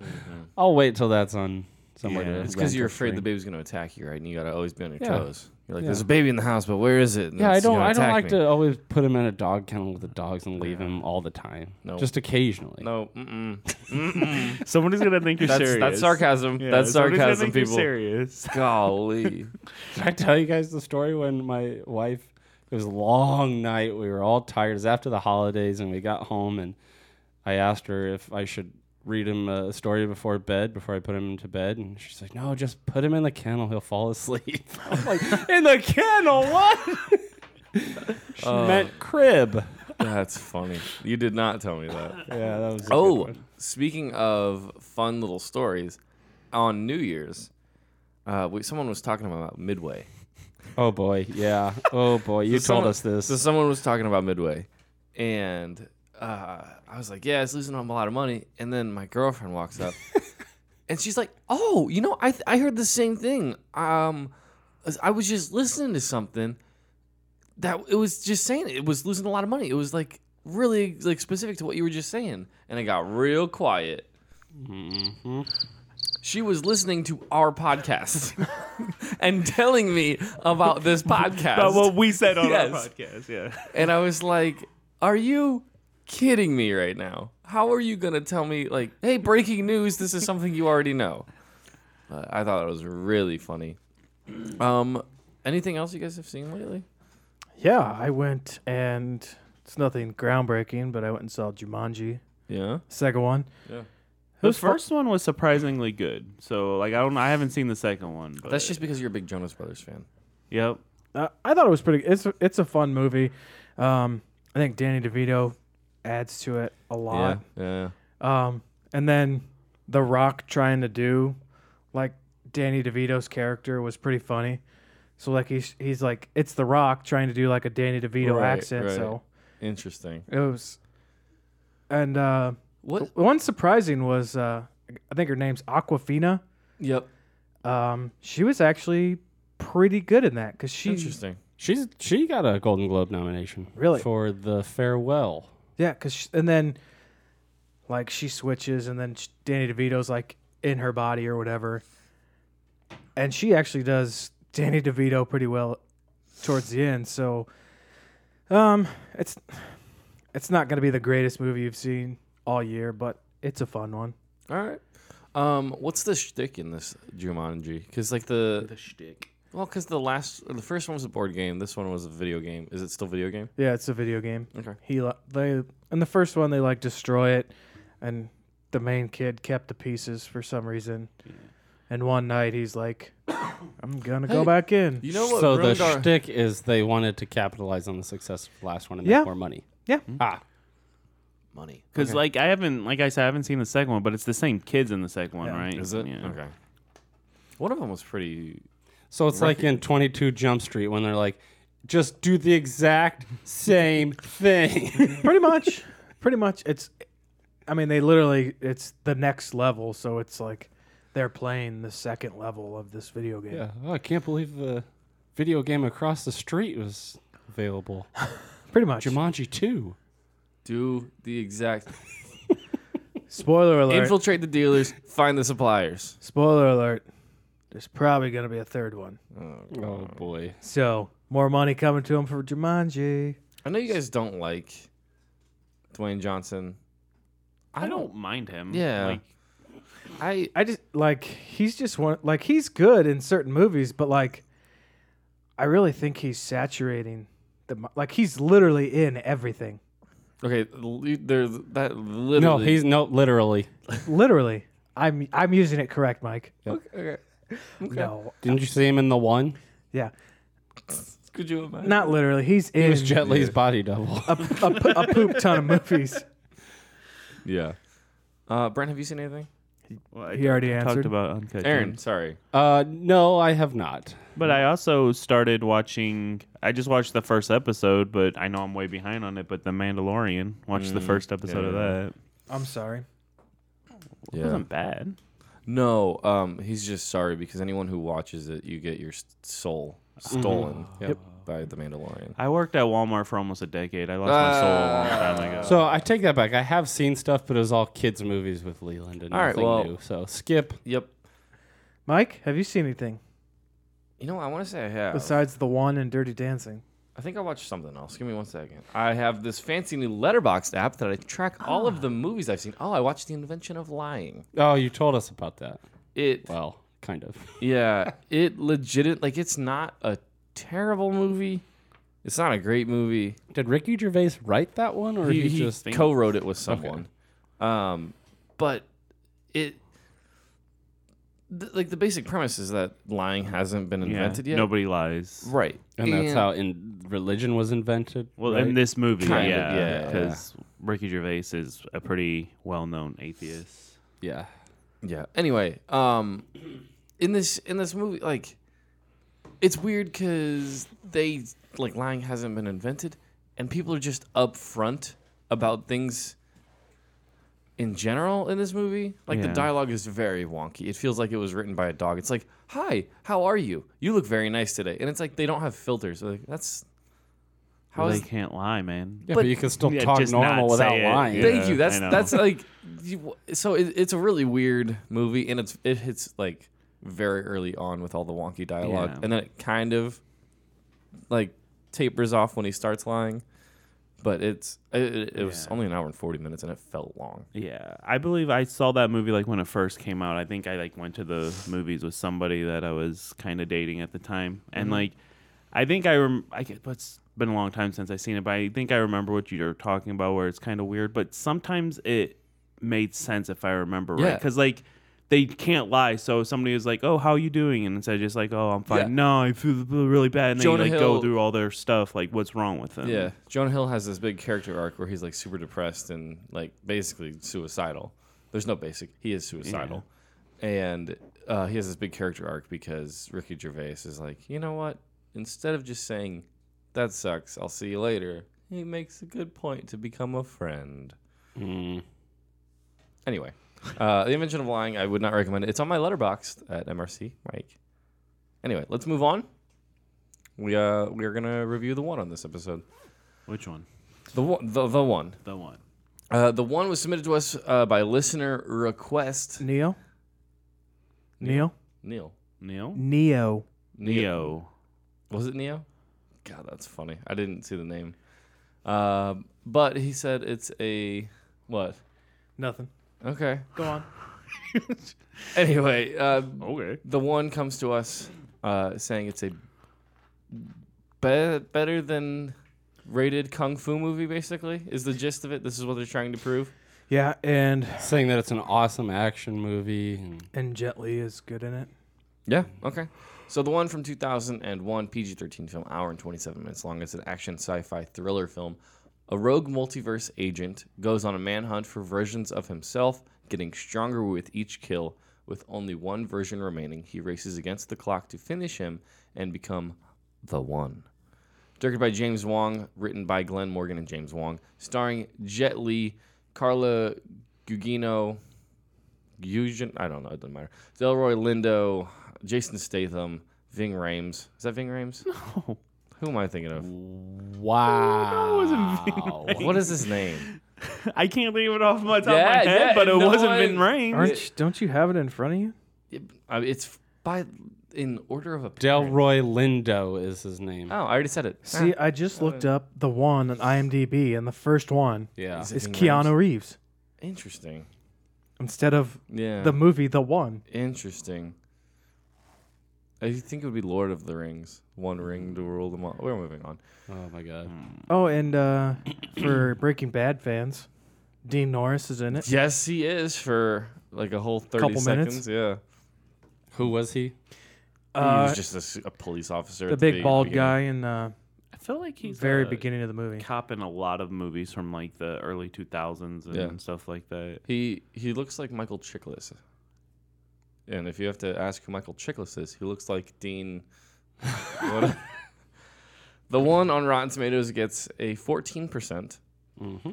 [SPEAKER 3] I'll wait till that's on somewhere.
[SPEAKER 4] Yeah.
[SPEAKER 3] to
[SPEAKER 4] It's
[SPEAKER 2] It's because
[SPEAKER 3] rent
[SPEAKER 2] you're
[SPEAKER 3] or
[SPEAKER 2] afraid the
[SPEAKER 3] stream.
[SPEAKER 2] baby's going to attack you, right? And you got to always be on your
[SPEAKER 3] Yeah.
[SPEAKER 2] toes. You're like, there's a baby in the house, but where is it? And
[SPEAKER 3] Yeah, I
[SPEAKER 2] it's
[SPEAKER 3] don't.
[SPEAKER 2] gonna
[SPEAKER 3] I don't
[SPEAKER 2] attack
[SPEAKER 3] like
[SPEAKER 2] me.
[SPEAKER 3] to always put him in a dog kennel with the dogs and leave him all the time.
[SPEAKER 2] No.
[SPEAKER 3] Just occasionally.
[SPEAKER 2] No, mm-mm.
[SPEAKER 4] Somebody's gonna think you're
[SPEAKER 2] That's,
[SPEAKER 4] serious.
[SPEAKER 2] that's sarcasm.
[SPEAKER 4] Yeah,
[SPEAKER 2] that's
[SPEAKER 4] somebody's gonna
[SPEAKER 2] sarcasm,
[SPEAKER 4] think you're
[SPEAKER 2] people.
[SPEAKER 4] serious.
[SPEAKER 2] Golly.
[SPEAKER 3] Did I tell you guys the story when my wife? It was a long night. We were all tired. It was after the holidays, and we got home, and I asked her if I should read him a story before bed, before I put him to bed, and she's like, "No, just put him in the kennel. He'll fall asleep." I'm like, "In the kennel? Uh, What?" she meant crib.
[SPEAKER 2] That's funny. You did not tell me that.
[SPEAKER 3] Yeah, that was. a good
[SPEAKER 2] Oh,
[SPEAKER 3] one.
[SPEAKER 2] speaking of fun little stories, on New Year's, uh, we, someone was talking about Midway.
[SPEAKER 3] oh boy, yeah. Oh boy, you told
[SPEAKER 2] someone-
[SPEAKER 3] us this.
[SPEAKER 2] So someone was talking about Midway, and uh, I was like, "Yeah, it's losing them a lot of money." And then my girlfriend walks up, and she's like, "Oh, you know, I th- I heard the same thing. Um, as- I was just listening to something that it was just saying it was losing a lot of money. It was like really like specific to what you were just saying." And it got real quiet.
[SPEAKER 3] Mm-hmm.
[SPEAKER 2] She was listening to our podcast and telling me about this podcast
[SPEAKER 4] But what we said on
[SPEAKER 2] Yes.
[SPEAKER 4] our podcast, yeah.
[SPEAKER 2] and I was like, "Are you kidding me right now? How are you gonna tell me like, hey, breaking news? This is something you already know." Uh, I thought it was really funny. Um, anything else you guys have seen lately?
[SPEAKER 5] Yeah, I went and it's nothing groundbreaking, but I went and saw Jumanji,
[SPEAKER 2] Yeah,
[SPEAKER 5] second one.
[SPEAKER 4] The first one was surprisingly good. So like I don't I haven't seen the second one. But
[SPEAKER 2] that's just because you're a big Jonas Brothers fan.
[SPEAKER 4] Yep.
[SPEAKER 5] Uh, I thought it was pretty. It's it's a fun movie. Um, I think Danny DeVito adds to it a lot.
[SPEAKER 2] yeah.
[SPEAKER 5] Um, and then The Rock trying to do like Danny DeVito's character was pretty funny. So like he's he's like it's The Rock trying to do like a Danny DeVito
[SPEAKER 2] Right,
[SPEAKER 5] accent.
[SPEAKER 2] right.
[SPEAKER 5] So
[SPEAKER 2] Interesting.
[SPEAKER 5] it was, and uh,
[SPEAKER 2] What?
[SPEAKER 5] The One surprising was uh, I think her name's Aquafina.
[SPEAKER 2] Yep.
[SPEAKER 5] Um, she was actually pretty good in that because she
[SPEAKER 2] Interesting.
[SPEAKER 3] She's she got a Golden Globe nomination.
[SPEAKER 5] Really?
[SPEAKER 3] For the farewell.
[SPEAKER 5] Yeah, cause sh and then like she switches, and then sh Danny DeVito's like in her body or whatever, and she actually does Danny DeVito pretty well towards the end. So, um, it's it's not gonna be the greatest movie you've seen all year, but it's a fun one.
[SPEAKER 2] All right. Um, what's the shtick in this Jumanji? Because like the the shtick. Well, because the last, or the first one was a board game. This one was a video game. Is it still video game?
[SPEAKER 5] Yeah, it's a video game.
[SPEAKER 2] Okay.
[SPEAKER 5] He li- they in the first one they like destroy it, and the main kid kept the pieces for some reason. And one night he's like, "I'm gonna go back in."
[SPEAKER 2] You know what?
[SPEAKER 3] so the
[SPEAKER 2] ruined our-
[SPEAKER 3] shtick is they wanted to capitalize on the success of the last one and
[SPEAKER 5] Yeah.
[SPEAKER 3] make more money.
[SPEAKER 5] Yeah.
[SPEAKER 3] Ah,
[SPEAKER 2] money.
[SPEAKER 4] Because like I haven't, like I said, I haven't seen the second one, but it's the same kids in the second one,
[SPEAKER 5] Yeah.
[SPEAKER 4] right?
[SPEAKER 2] Is it?
[SPEAKER 4] Yeah.
[SPEAKER 2] Okay. One of them was pretty.
[SPEAKER 3] so it's like in Twenty Two Jump Street when they're like, just do the exact same thing.
[SPEAKER 5] pretty much, pretty much. It's, I mean, they literally it's the next level, so it's like they're playing the second level of this video game.
[SPEAKER 3] yeah. Oh, I can't believe the video game across the street was available.
[SPEAKER 5] Pretty much.
[SPEAKER 3] Jumanji Two.
[SPEAKER 2] Do the exact.
[SPEAKER 5] Spoiler alert.
[SPEAKER 2] Infiltrate the dealers. Find the suppliers.
[SPEAKER 5] Spoiler alert. There's probably gonna be a third one.
[SPEAKER 3] Oh boy.
[SPEAKER 5] So more money coming to him for Jumanji.
[SPEAKER 2] I know you guys don't like Dwayne Johnson.
[SPEAKER 4] I don't mind him.
[SPEAKER 2] Yeah.
[SPEAKER 4] Like,
[SPEAKER 2] I
[SPEAKER 5] I just like he's just one like he's good in certain movies, but like I really think he's saturating the mo- like he's literally in everything,
[SPEAKER 2] okay. l- There's that literally.
[SPEAKER 3] No, he's no literally.
[SPEAKER 5] literally. I'm I'm using it correct, Mike.
[SPEAKER 2] Okay.
[SPEAKER 5] No,
[SPEAKER 3] Didn't you see him in the one?
[SPEAKER 5] yeah,
[SPEAKER 2] Could you imagine?
[SPEAKER 5] not literally. He's
[SPEAKER 3] It
[SPEAKER 5] in
[SPEAKER 3] was Jet Li's body double.
[SPEAKER 5] a, a, a poop ton of movies.
[SPEAKER 2] Yeah. Uh, Brent, have you seen anything?
[SPEAKER 4] well, I
[SPEAKER 5] He already
[SPEAKER 4] talked
[SPEAKER 5] answered.
[SPEAKER 4] about uncut.
[SPEAKER 2] Aaron,
[SPEAKER 4] Gems.
[SPEAKER 2] sorry.
[SPEAKER 3] Uh, no, I have not.
[SPEAKER 4] But I also started watching. I just watched the first episode, but I know I'm way behind on it. But The Mandalorian, watched
[SPEAKER 2] Mm,
[SPEAKER 4] the first episode of that.
[SPEAKER 5] I'm sorry.
[SPEAKER 4] It wasn't bad.
[SPEAKER 2] No, um, he's just sorry because anyone who watches it, you get your s- soul
[SPEAKER 3] Mm-hmm.
[SPEAKER 2] stolen by the Mandalorian.
[SPEAKER 4] I worked at Walmart for almost a decade. I lost my soul a long
[SPEAKER 2] Ah.
[SPEAKER 4] time ago.
[SPEAKER 3] So I take that back. I have seen stuff, but it was all kids' movies with Leland and
[SPEAKER 2] All right,
[SPEAKER 3] nothing
[SPEAKER 2] well-
[SPEAKER 3] new. So skip.
[SPEAKER 2] Yep.
[SPEAKER 5] Mike, have you seen anything
[SPEAKER 2] You know, I want to say I have.
[SPEAKER 5] besides the one and Dirty Dancing?
[SPEAKER 2] I think I watched something else. Give me one second. I have this fancy new Letterboxd app that I track all of
[SPEAKER 3] Ah.
[SPEAKER 2] the movies I've seen. Oh, I watched The Invention of Lying.
[SPEAKER 3] Oh, you told us about that.
[SPEAKER 2] It,
[SPEAKER 3] Well, kind of.
[SPEAKER 2] yeah, it legit, like, it's not a terrible movie. It's not a great movie.
[SPEAKER 3] Did Ricky Gervais write that one, or
[SPEAKER 2] he,
[SPEAKER 3] he,
[SPEAKER 2] he
[SPEAKER 3] just
[SPEAKER 2] co-wrote it with someone. Um, but it, th- like the basic premise is that lying hasn't been
[SPEAKER 4] yeah,
[SPEAKER 2] invented yet.
[SPEAKER 4] nobody lies.
[SPEAKER 2] right?
[SPEAKER 3] and that's how in religion was invented.
[SPEAKER 4] Well,
[SPEAKER 3] right?
[SPEAKER 4] in this movie,
[SPEAKER 2] Kind of,
[SPEAKER 4] yeah,
[SPEAKER 2] yeah.
[SPEAKER 4] because Ricky Gervais is a pretty well-known atheist.
[SPEAKER 3] yeah,
[SPEAKER 2] Yeah. Anyway, um, in this in this movie, like, it's weird because they like lying hasn't been invented, and people are just upfront about things. In general, in this movie, like the
[SPEAKER 4] Yeah.
[SPEAKER 2] dialogue is very wonky. It feels like it was written by a dog. It's like, "Hi, how are you? You look very nice today." And it's like they don't have filters. Like that's how
[SPEAKER 4] Well,
[SPEAKER 2] is
[SPEAKER 4] they can't lie, man.
[SPEAKER 3] yeah,
[SPEAKER 2] But-
[SPEAKER 3] but you can still
[SPEAKER 4] Yeah,
[SPEAKER 3] talk
[SPEAKER 4] just not
[SPEAKER 3] normal without
[SPEAKER 4] say it.
[SPEAKER 3] lying.
[SPEAKER 4] Yeah.
[SPEAKER 2] Thank you. That's
[SPEAKER 4] I know.
[SPEAKER 2] that's like you- so. It, it's a really weird movie, and it's it hits like very early on with all the wonky dialogue,
[SPEAKER 4] Yeah.
[SPEAKER 2] and then it kind of like tapers off when he starts lying. But it's it, it, it was
[SPEAKER 4] Yeah.
[SPEAKER 2] only an hour and forty minutes, and it felt long.
[SPEAKER 4] Yeah, I believe I saw that movie like when it first came out. I think I like went to the movies with somebody that I was kind of dating at the time,
[SPEAKER 2] Mm-hmm.
[SPEAKER 4] and like, I think I rem. I get, but it's been a long time since I seen it, but I think I remember what you were talking about, where it's kind of weird, but sometimes it made sense if I remember right,
[SPEAKER 2] Yeah.
[SPEAKER 4] because like. They can't lie, so somebody is like, "Oh, how you doing?" And instead, of just like, "Oh, I'm fine."
[SPEAKER 2] Yeah.
[SPEAKER 4] No, I feel really bad, and then you
[SPEAKER 2] Jonah
[SPEAKER 4] like
[SPEAKER 2] Hill-
[SPEAKER 4] go through all their stuff, like what's wrong with them?
[SPEAKER 2] Yeah, Jonah Hill has this big character arc where he's like super depressed and like basically suicidal. There's no basic. He is suicidal, and uh, he has this big character arc because Ricky Gervais is like, you know what? Instead of just saying that sucks,
[SPEAKER 3] Mm.
[SPEAKER 2] I'll see you later, he makes a good point to become a friend. Anyway, uh, The Invention of Lying, I would not recommend it. It's on my letterbox at MRC, Mike. Anyway, let's move on. We uh we are gonna review the one on this episode.
[SPEAKER 4] Which one?
[SPEAKER 2] The one, the, the one,
[SPEAKER 4] The one.
[SPEAKER 2] uh, the one was submitted to us uh, by listener request.
[SPEAKER 5] Neo. Neo.
[SPEAKER 2] Neil,
[SPEAKER 4] Neo.
[SPEAKER 5] Neo.
[SPEAKER 4] Neo.
[SPEAKER 2] Was it Neo? God, that's funny. I didn't see the name. Uh, but he said it's a what?
[SPEAKER 5] Nothing.
[SPEAKER 2] Okay.
[SPEAKER 5] Go on.
[SPEAKER 2] Anyway, uh,
[SPEAKER 4] Okay.
[SPEAKER 2] the one comes to us uh, saying it's a be- better than rated kung fu movie. Basically, is the gist of it. This is what they're trying to prove.
[SPEAKER 5] Yeah, and
[SPEAKER 3] Saying that it's an awesome action movie. And
[SPEAKER 5] and Jet Li is good in it.
[SPEAKER 2] Yeah. Okay. So the one from 2001, PG-13 film, hour and 27 minutes long. It's an action sci-fi thriller film. A rogue multiverse agent goes on a manhunt for versions of himself, getting stronger with each kill. With only one version remaining, he races against the clock to finish him and become the one. Directed by James Wong, written by Glenn Morgan and James Wong, starring Jet Li, Carla Gugino, Eugen, I don't know, it doesn't matter. Delroy Lindo, Jason Statham, Ving Rhames. Is that Ving Rhames? No. Who am I thinking of?
[SPEAKER 3] wow.
[SPEAKER 2] What is his name?
[SPEAKER 4] I can't leave it off my
[SPEAKER 2] Yeah,
[SPEAKER 4] top of my head,
[SPEAKER 2] yeah,
[SPEAKER 4] but it
[SPEAKER 2] no,
[SPEAKER 4] wasn't
[SPEAKER 2] I-
[SPEAKER 4] Vin Rames.
[SPEAKER 5] Aren't you, don't you have it in front of you?
[SPEAKER 2] It- I mean, it's by in order of appearance.
[SPEAKER 3] Delroy Lindo is his name.
[SPEAKER 2] Oh, I already said it.
[SPEAKER 5] See,
[SPEAKER 2] Ah,
[SPEAKER 5] I just looked up the one on IMDb, and the first one
[SPEAKER 3] Yeah.
[SPEAKER 2] Is it-
[SPEAKER 5] is
[SPEAKER 2] Ving
[SPEAKER 5] Keanu Reeves
[SPEAKER 2] interesting.
[SPEAKER 5] instead of
[SPEAKER 2] Yeah.
[SPEAKER 5] the movie The One.
[SPEAKER 2] interesting. I think it would be Lord of the Rings. One ring to rule them all. We're moving on.
[SPEAKER 3] Oh my god.
[SPEAKER 5] Oh, and uh, for Breaking Bad fans, Dean Norris is in it.
[SPEAKER 2] Yes, he is for like a whole 30
[SPEAKER 5] Couple minutes?
[SPEAKER 2] seconds. Yeah.
[SPEAKER 3] Who was he?
[SPEAKER 2] he
[SPEAKER 5] Uh,
[SPEAKER 2] was just a s- a, police officer. at
[SPEAKER 5] the big
[SPEAKER 2] very
[SPEAKER 5] bald
[SPEAKER 2] beginning.
[SPEAKER 5] guy in uh,
[SPEAKER 4] I feel like he's
[SPEAKER 5] very
[SPEAKER 4] uh,
[SPEAKER 5] beginning of the movie.
[SPEAKER 4] cop in a lot of movies from like the early 2000s and
[SPEAKER 2] Yeah.
[SPEAKER 4] stuff like that.
[SPEAKER 2] He he looks like Michael Chiklis. And if you have to ask who Michael Chiklis is, he looks like Dean. what- the one on Rotten Tomatoes gets a fourteen percent,
[SPEAKER 3] Mm-hmm.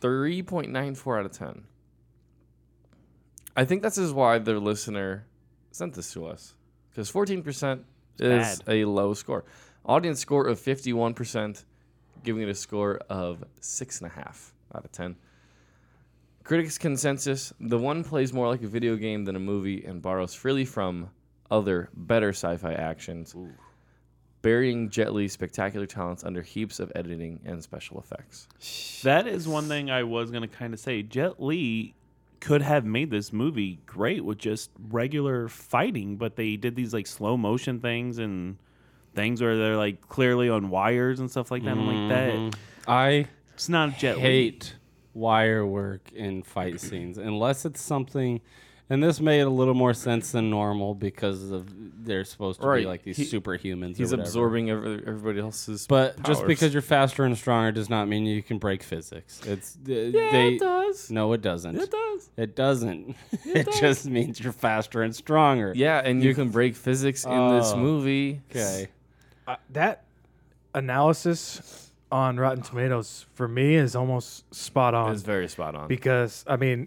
[SPEAKER 2] three point nine four out of ten. I think this is why the listener sent this to us because fourteen percent is
[SPEAKER 4] bad.
[SPEAKER 2] a low score. Audience score of fifty one percent, giving it a score of six and a half out of ten. Critics' consensus the one plays more like a video game than a movie and borrows freely from other better sci fi actions, burying Jet Li's spectacular talents under heaps of editing and special effects.
[SPEAKER 4] That is one thing I was going to kind of say. Jet Li could have made this movie great with just regular fighting, but they did these like slow motion things and things where they're like clearly on wires and stuff like that. I'm like,
[SPEAKER 2] Mm-hmm.
[SPEAKER 4] that
[SPEAKER 3] Mm-hmm. I
[SPEAKER 4] it's not Jet Li.
[SPEAKER 3] hate wire work in fight scenes unless it's something and this made a little more sense than normal because of they're supposed to
[SPEAKER 2] Right,
[SPEAKER 3] be like these
[SPEAKER 2] he-
[SPEAKER 3] superhumans or
[SPEAKER 2] He's
[SPEAKER 3] whatever.
[SPEAKER 2] absorbing every, everybody else's.
[SPEAKER 3] but just
[SPEAKER 2] powers.
[SPEAKER 3] because you're faster and stronger does not mean you can break physics it's yeah,
[SPEAKER 2] it does.
[SPEAKER 3] no it doesn't
[SPEAKER 2] It does.
[SPEAKER 3] it doesn't it, just means you're faster and stronger
[SPEAKER 2] Yeah, and you can break physics in this
[SPEAKER 3] Oh.
[SPEAKER 2] movie.
[SPEAKER 3] okay
[SPEAKER 5] that analysis on Rotten Tomatoes for me is almost spot on
[SPEAKER 2] It's very spot on.
[SPEAKER 5] because I mean,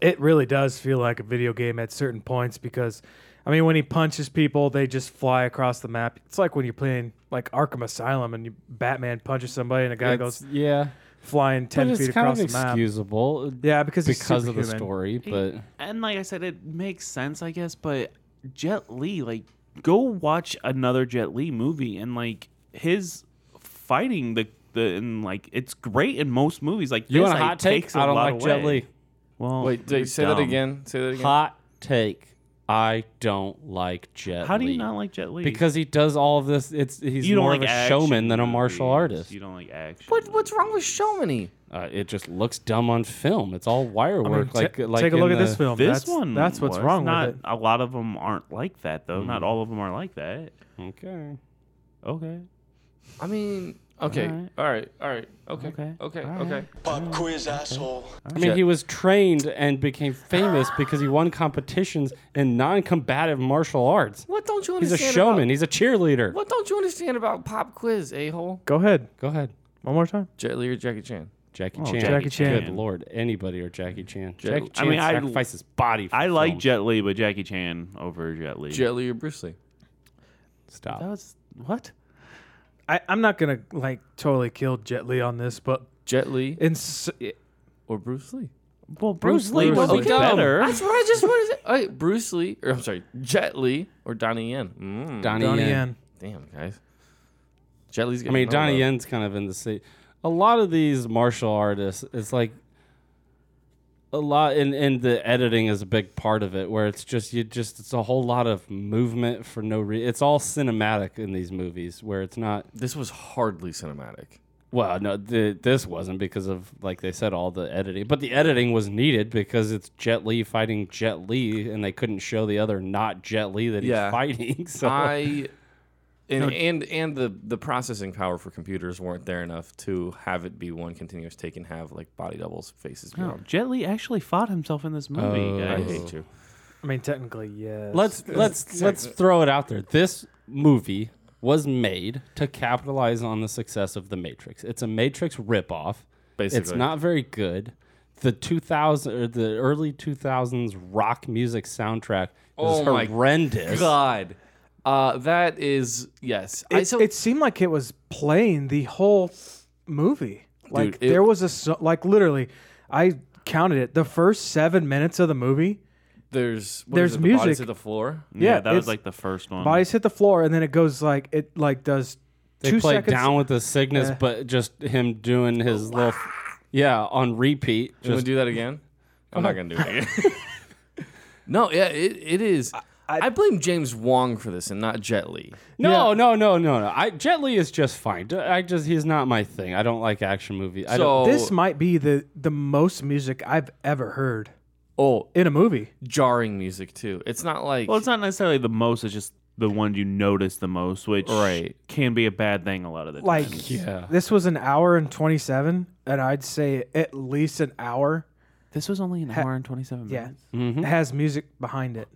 [SPEAKER 5] it really does feel like a video game at certain points because. I mean, when he punches people, they just fly across the map. It's like when you're playing like Arkham Asylum and you, Batman punches somebody and a guy
[SPEAKER 3] It's-
[SPEAKER 5] goes
[SPEAKER 3] yeah
[SPEAKER 5] flying
[SPEAKER 3] but
[SPEAKER 5] ten
[SPEAKER 3] it's
[SPEAKER 5] feet
[SPEAKER 3] kind
[SPEAKER 5] across
[SPEAKER 3] of
[SPEAKER 5] the map.
[SPEAKER 3] excusable
[SPEAKER 5] Yeah, because he's
[SPEAKER 3] because of the
[SPEAKER 5] superhuman.
[SPEAKER 3] story but
[SPEAKER 4] And like I said, it makes sense, I guess, but Jet Li, like, go watch another Jet Li movie and like his fighting the. The, and like it's great in most movies. Like
[SPEAKER 3] you
[SPEAKER 4] this,
[SPEAKER 3] want a
[SPEAKER 4] like,
[SPEAKER 3] hot take
[SPEAKER 4] takes a
[SPEAKER 3] i don't
[SPEAKER 4] lot
[SPEAKER 3] like jet
[SPEAKER 4] away.
[SPEAKER 3] li
[SPEAKER 4] Well,
[SPEAKER 2] Wait,
[SPEAKER 4] you're
[SPEAKER 2] d- say that
[SPEAKER 4] dumb.
[SPEAKER 2] again. Say that again.
[SPEAKER 3] Hot take. I don't like Jet
[SPEAKER 4] How do you
[SPEAKER 3] Li.
[SPEAKER 4] not like Jet Li?
[SPEAKER 3] Because he does all of this. It's he's
[SPEAKER 4] you don't
[SPEAKER 3] more
[SPEAKER 4] like
[SPEAKER 3] of a
[SPEAKER 4] action
[SPEAKER 3] showman than a martial
[SPEAKER 4] movies.
[SPEAKER 3] artist.
[SPEAKER 4] You don't like action.
[SPEAKER 2] What, what's wrong with Showmany?
[SPEAKER 3] Uh, it just looks dumb on film. It's all wire
[SPEAKER 5] I mean,
[SPEAKER 3] work.
[SPEAKER 5] ta-
[SPEAKER 3] like, like
[SPEAKER 5] take a look
[SPEAKER 3] in
[SPEAKER 5] at this
[SPEAKER 3] the-
[SPEAKER 5] film.
[SPEAKER 4] This
[SPEAKER 5] that's,
[SPEAKER 4] one.
[SPEAKER 5] That's what's
[SPEAKER 4] was
[SPEAKER 5] wrong
[SPEAKER 4] not,
[SPEAKER 5] with it.
[SPEAKER 4] A lot of them aren't like that though.
[SPEAKER 3] Mm.
[SPEAKER 4] Not all of them are like that.
[SPEAKER 3] Okay.
[SPEAKER 4] Okay.
[SPEAKER 2] I mean, okay. All
[SPEAKER 4] Alright.
[SPEAKER 2] right. All right. Okay.
[SPEAKER 4] Okay.
[SPEAKER 2] Okay. Okay.
[SPEAKER 4] Alright.
[SPEAKER 7] Mm.
[SPEAKER 6] Pop quiz asshole.
[SPEAKER 3] I mean, he was trained and became famous because he won competitions in non-combative martial arts.
[SPEAKER 2] What don't you
[SPEAKER 3] He's a
[SPEAKER 2] understand?
[SPEAKER 3] showman.
[SPEAKER 2] About,
[SPEAKER 3] He's a cheerleader.
[SPEAKER 2] what don't you understand about pop quiz, a hole?
[SPEAKER 5] Go ahead,
[SPEAKER 3] Go ahead.
[SPEAKER 5] one more time.
[SPEAKER 2] Jet Li or Jackie Chan?
[SPEAKER 3] Jackie
[SPEAKER 4] Oh,
[SPEAKER 3] Chan.
[SPEAKER 4] Jackie Chan.
[SPEAKER 3] Good lord, anybody or Jackie Chan.
[SPEAKER 2] Jet-
[SPEAKER 3] Jackie
[SPEAKER 4] I
[SPEAKER 3] Chan
[SPEAKER 4] mean, I-
[SPEAKER 3] sacrificed his body. For
[SPEAKER 4] I like
[SPEAKER 3] film.
[SPEAKER 4] Jet Li, but Jackie Chan over Jet Li.
[SPEAKER 2] Jet Li or Bruce Lee?
[SPEAKER 3] Stop.
[SPEAKER 4] that was what?
[SPEAKER 5] I, I'm not gonna like totally kill Jet Li on this, but
[SPEAKER 2] Jet Li
[SPEAKER 5] in s- it-
[SPEAKER 2] or Bruce Lee?
[SPEAKER 4] Well, Bruce,
[SPEAKER 2] Bruce
[SPEAKER 4] Lee
[SPEAKER 2] Lee
[SPEAKER 4] was
[SPEAKER 2] was dumb.
[SPEAKER 4] better.
[SPEAKER 2] That's what I just wanted to say. All right, Bruce Lee, or I'm sorry, Jet Li or Donnie Yen? Mm.
[SPEAKER 3] Donnie,
[SPEAKER 5] Donnie
[SPEAKER 3] Yen.
[SPEAKER 5] Yen.
[SPEAKER 2] Damn, guys. Jet Li's
[SPEAKER 3] I
[SPEAKER 2] getting
[SPEAKER 3] mean,
[SPEAKER 2] no
[SPEAKER 3] Donnie
[SPEAKER 2] love.
[SPEAKER 3] Yen's kind of in the same. A lot of these martial artists, it's like a lot, and, and the editing is a big part of it, where it's just you just it's a whole lot of movement for no reason. It's all cinematic in these movies, where it's not.
[SPEAKER 2] This was hardly cinematic.
[SPEAKER 3] Well, no, the, this wasn't because of like they said all the editing, but the editing was needed because it's Jet Li fighting Jet Li, and they couldn't show the other not Jet Li that
[SPEAKER 2] Yeah.
[SPEAKER 3] he's fighting. So
[SPEAKER 2] I and and and the the processing power for computers weren't there enough to have it be one continuous take and have like body doubles, faces. be
[SPEAKER 4] No,
[SPEAKER 2] on.
[SPEAKER 4] Jet Li actually fought himself in this movie.
[SPEAKER 3] Oh.
[SPEAKER 2] I
[SPEAKER 4] guys.
[SPEAKER 2] hate you.
[SPEAKER 5] I mean, technically, yes.
[SPEAKER 3] let's let's let's throw it out there. This movie was made to capitalize on the success of The Matrix. It's a Matrix ripoff. it's
[SPEAKER 2] Basically.
[SPEAKER 3] not very good. The 2000 or the early 2000s rock music soundtrack was
[SPEAKER 2] Oh my
[SPEAKER 3] horrendous.
[SPEAKER 2] God, uh, that is yes. I,
[SPEAKER 5] It-
[SPEAKER 2] so
[SPEAKER 5] it seemed like it was playing the whole movie. Like
[SPEAKER 2] it-
[SPEAKER 5] there was a so- like literally, I counted it. The first seven minutes of the movie,
[SPEAKER 2] there's what
[SPEAKER 5] there's
[SPEAKER 2] is it, the bodies
[SPEAKER 5] music.
[SPEAKER 2] to the floor.
[SPEAKER 4] Yeah, that was
[SPEAKER 5] it's-
[SPEAKER 4] like the first one.
[SPEAKER 5] bodies hit the floor, and then it goes like it like does
[SPEAKER 3] They
[SPEAKER 5] two
[SPEAKER 3] played
[SPEAKER 5] seconds.
[SPEAKER 3] down with the Cygnus,
[SPEAKER 2] Eh.
[SPEAKER 5] Yeah.
[SPEAKER 3] but just him doing his
[SPEAKER 2] Oh,
[SPEAKER 3] little, yeah, on repeat.
[SPEAKER 2] You want
[SPEAKER 3] Just
[SPEAKER 2] to do that again? I'm not gonna do it again. no, yeah, it, it is. I, blame James Wong for this and not Jet Li.
[SPEAKER 3] no, no, no, no, no. I Jet Li is just fine. D- I just he's not my thing. I don't like action movies. I don't,
[SPEAKER 2] So
[SPEAKER 5] This might be the the most music I've ever heard
[SPEAKER 2] oh,
[SPEAKER 5] in a movie.
[SPEAKER 2] jarring music too. It's not like
[SPEAKER 4] Well, it's not necessarily the most. It's just the one you notice the most, which
[SPEAKER 2] Right.
[SPEAKER 4] can be a bad thing a lot of the time.
[SPEAKER 5] Like
[SPEAKER 3] yeah.
[SPEAKER 5] this was an hour and twenty seven, and I'd say at least an hour.
[SPEAKER 4] this was only an hour and twenty-seven
[SPEAKER 5] Yeah,
[SPEAKER 4] minutes.
[SPEAKER 5] has music behind it.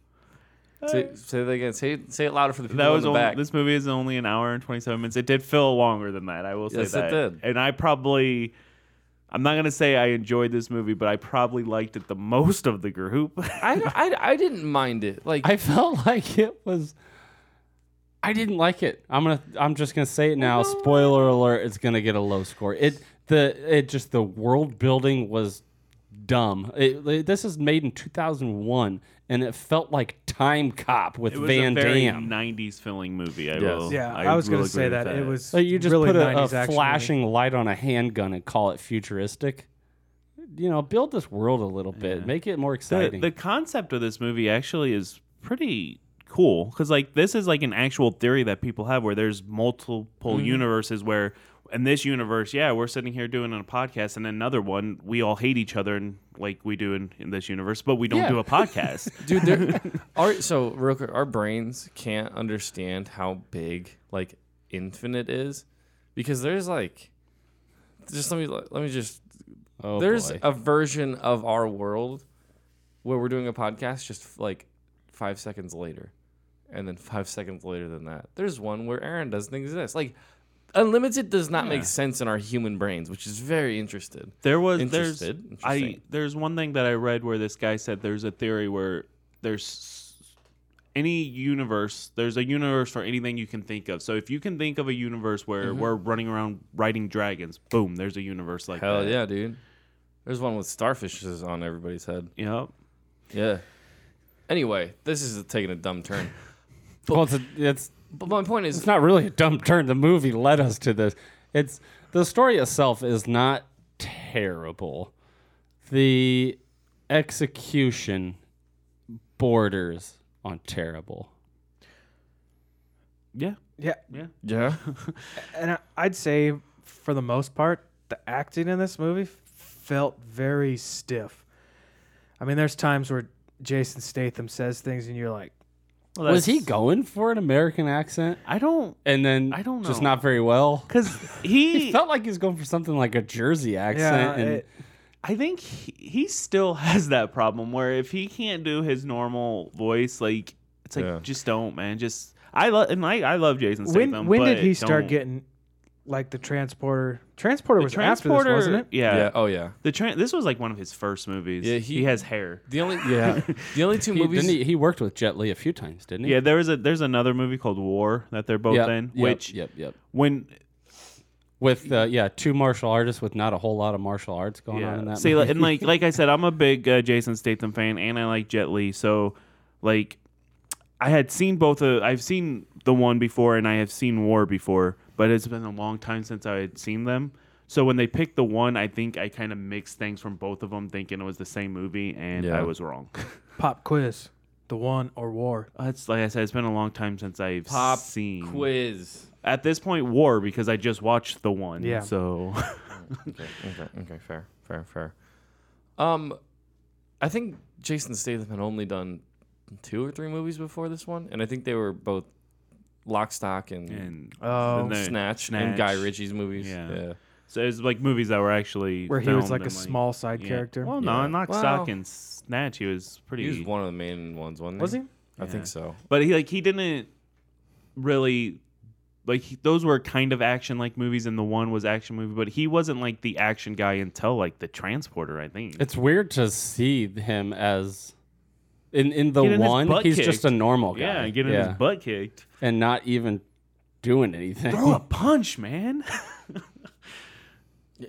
[SPEAKER 2] say, say that again. Say say it louder for the people
[SPEAKER 4] That
[SPEAKER 2] in
[SPEAKER 4] was
[SPEAKER 2] the
[SPEAKER 4] only,
[SPEAKER 2] back.
[SPEAKER 4] this movie is only an hour and twenty-seven minutes. It did feel longer than that. I will say
[SPEAKER 2] Yes, it
[SPEAKER 4] that.
[SPEAKER 2] did.
[SPEAKER 4] And I probably, I'm not gonna say I enjoyed this movie, but I probably liked it the most of the group.
[SPEAKER 2] I, don't- I, I didn't mind it. Like
[SPEAKER 3] I felt like it was. I didn't like it. I'm gonna. I'm just gonna say it now. Spoiler alert! It's gonna get a low score. It the it just the world building was dumb. It, it- this is made in 2001, and it felt like Time Cop with
[SPEAKER 4] it was
[SPEAKER 3] Van
[SPEAKER 4] a very
[SPEAKER 3] Damme.
[SPEAKER 4] '90s feeling movie. Oh, I
[SPEAKER 2] Yes.
[SPEAKER 4] will.
[SPEAKER 5] Yeah, I, was
[SPEAKER 4] will
[SPEAKER 5] gonna say
[SPEAKER 4] agree with
[SPEAKER 5] that. it was
[SPEAKER 3] Like you just
[SPEAKER 5] really
[SPEAKER 3] put a,
[SPEAKER 5] 90s
[SPEAKER 3] a
[SPEAKER 5] action movie.
[SPEAKER 3] flashing light on a handgun and call it futuristic. You know, build this world a little bit, make it more
[SPEAKER 4] the,
[SPEAKER 3] exciting.
[SPEAKER 4] the concept of this movie actually is pretty cool because like this is like an actual theory that people have where there's multiple universes where in this universe yeah we're sitting here doing a podcast and another one we all hate each other and like we do in, in this universe but we don't
[SPEAKER 2] Yeah.
[SPEAKER 4] do a podcast
[SPEAKER 2] dude there our so real quick our brains can't understand how big like infinite is because there's like just let me let me just
[SPEAKER 3] oh
[SPEAKER 2] there's
[SPEAKER 3] boy.
[SPEAKER 2] a version of our world where we're doing a podcast just like five seconds later and then five seconds later than that there's one where aaron doesn't exist like unlimited does not make sense in our human brains which is very interested
[SPEAKER 4] There was
[SPEAKER 2] Interested.
[SPEAKER 4] there's I
[SPEAKER 2] Interesting.
[SPEAKER 4] there's one thing that I read where this guy said there's a theory where there's any universe there's a universe for anything you can think of. So if you can think of a universe where
[SPEAKER 5] Mm-hmm.
[SPEAKER 4] we're running around riding dragons, boom, there's a universe like
[SPEAKER 2] hell
[SPEAKER 4] that.
[SPEAKER 2] yeah dude there's one with starfishes on everybody's head
[SPEAKER 4] Yep.
[SPEAKER 2] Yeah. Anyway, this is taking a dumb turn.
[SPEAKER 3] well, it's, a, it's
[SPEAKER 2] But my point is,
[SPEAKER 3] it's not really a dumb turn. The movie led us to this. It's the story itself is not terrible. The execution borders on terrible.
[SPEAKER 4] Yeah.
[SPEAKER 5] Yeah,
[SPEAKER 2] yeah,
[SPEAKER 5] and I- I'd say for the most part, the acting in this movie f- felt very stiff. I mean, there's times where Jason Statham says things, and you're like,
[SPEAKER 4] Well,
[SPEAKER 3] Was
[SPEAKER 4] that's-
[SPEAKER 3] he going for an American accent?
[SPEAKER 4] I don't
[SPEAKER 3] And then
[SPEAKER 4] I don't
[SPEAKER 3] just
[SPEAKER 4] know.
[SPEAKER 3] not very well.
[SPEAKER 4] cuz
[SPEAKER 3] He
[SPEAKER 4] he
[SPEAKER 3] felt like he was going for something like a Jersey accent. and
[SPEAKER 5] it-
[SPEAKER 4] I think he, he still has that problem where if he can't do his normal voice like it's like
[SPEAKER 2] Yeah.
[SPEAKER 4] just don't man just I love and I, I love Jason Statham.
[SPEAKER 5] when when did
[SPEAKER 4] but
[SPEAKER 5] he start
[SPEAKER 4] don't-
[SPEAKER 5] getting like the transporter. Transporter
[SPEAKER 4] The
[SPEAKER 5] was after this, wasn't it?
[SPEAKER 4] Yeah.
[SPEAKER 2] yeah. Oh yeah.
[SPEAKER 4] The tra- this was like one of his first movies.
[SPEAKER 2] Yeah,
[SPEAKER 4] he,
[SPEAKER 2] he-
[SPEAKER 4] has hair.
[SPEAKER 2] The only yeah. The only two
[SPEAKER 3] He,
[SPEAKER 2] movies.
[SPEAKER 3] didn't he, he worked with Jet Li a few times, didn't he?
[SPEAKER 4] Yeah, there was a there's another movie called War that they're both
[SPEAKER 2] Yep,
[SPEAKER 4] in,
[SPEAKER 2] yep,
[SPEAKER 4] which
[SPEAKER 3] Yep, yep.
[SPEAKER 4] when
[SPEAKER 3] With uh, yeah, two martial artists with not a whole lot of martial arts going on in
[SPEAKER 4] yeah,
[SPEAKER 3] that.
[SPEAKER 4] see,
[SPEAKER 3] movie.
[SPEAKER 4] like- and like like I said, I'm a big uh, Jason Statham fan, and I like Jet Li, so like I had seen both. Of, I've seen the one before, and I have seen War before, but it's been a long time since I had seen them. So when they picked the one, I think I kind of mixed things from both of them, thinking it was the same movie, and
[SPEAKER 2] Yeah.
[SPEAKER 4] I was wrong.
[SPEAKER 5] Pop quiz. The one or war.
[SPEAKER 4] It's like I said, it's been a long time since I've
[SPEAKER 2] Pop
[SPEAKER 4] seen
[SPEAKER 2] quiz.
[SPEAKER 4] at this point war because I just watched the one.
[SPEAKER 5] Yeah.
[SPEAKER 4] So
[SPEAKER 2] Okay, okay, okay, fair, fair, fair. Um, I think Jason Statham had only done two or three movies before this one, and I think they were both Lock, Stock, and,
[SPEAKER 4] and
[SPEAKER 5] Oh.
[SPEAKER 4] then-
[SPEAKER 2] Snatch, and Guy
[SPEAKER 4] Snatch.
[SPEAKER 2] Ritchie's movies.
[SPEAKER 4] Yeah.
[SPEAKER 2] yeah.
[SPEAKER 4] So it's like movies that were actually
[SPEAKER 5] Where he was
[SPEAKER 4] filmed
[SPEAKER 5] like a
[SPEAKER 4] and,
[SPEAKER 5] small side
[SPEAKER 4] yeah.
[SPEAKER 5] character.
[SPEAKER 4] Well, no,
[SPEAKER 2] Yeah.
[SPEAKER 4] in Lock,
[SPEAKER 2] Well-
[SPEAKER 4] Stock, and Snatch, he was pretty.
[SPEAKER 2] He was one of the main ones, wasn't
[SPEAKER 5] Was he?
[SPEAKER 2] I think so.
[SPEAKER 4] but he like he didn't really like he, those were kind of action like movies, and the one was action movie, but he wasn't like the action guy until like the Transporter, I think.
[SPEAKER 3] it's weird to see him as in in the
[SPEAKER 4] Getting his
[SPEAKER 3] one.
[SPEAKER 4] butt
[SPEAKER 3] He's
[SPEAKER 4] kicked.
[SPEAKER 3] just a normal guy.
[SPEAKER 4] yeah, getting his butt kicked.
[SPEAKER 3] and not even doing anything.
[SPEAKER 4] Throw a punch, man.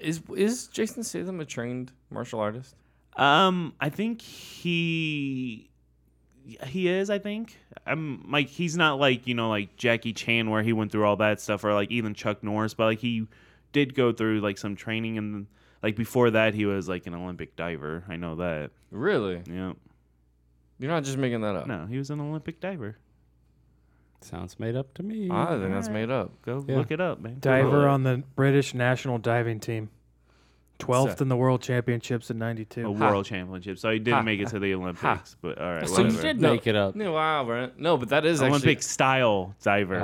[SPEAKER 2] Is is Jason Statham a trained martial artist?
[SPEAKER 4] Um, I think he he is. I think I'm like he's not like you know like Jackie Chan where he went through all that stuff or like even Chuck Norris, but like he did go through like some training and like before that he was like an Olympic diver. I know that.
[SPEAKER 2] Really?
[SPEAKER 4] Yeah.
[SPEAKER 2] You're not just making that up.
[SPEAKER 4] No, he was an Olympic diver.
[SPEAKER 3] Sounds made up to me.
[SPEAKER 2] I think Ah, that's made up.
[SPEAKER 4] Go
[SPEAKER 3] Yeah.
[SPEAKER 4] look it up, man.
[SPEAKER 5] Diver on the British national diving team. 12th
[SPEAKER 2] So-
[SPEAKER 5] in the world championships in
[SPEAKER 4] a
[SPEAKER 5] 92.
[SPEAKER 4] world championship. So he didn't make it to the Olympics, but all right,
[SPEAKER 2] So you
[SPEAKER 4] whatever.
[SPEAKER 3] did
[SPEAKER 2] No.
[SPEAKER 3] make it up.
[SPEAKER 2] No, wow, right? No, but that is
[SPEAKER 4] Olympic style diver.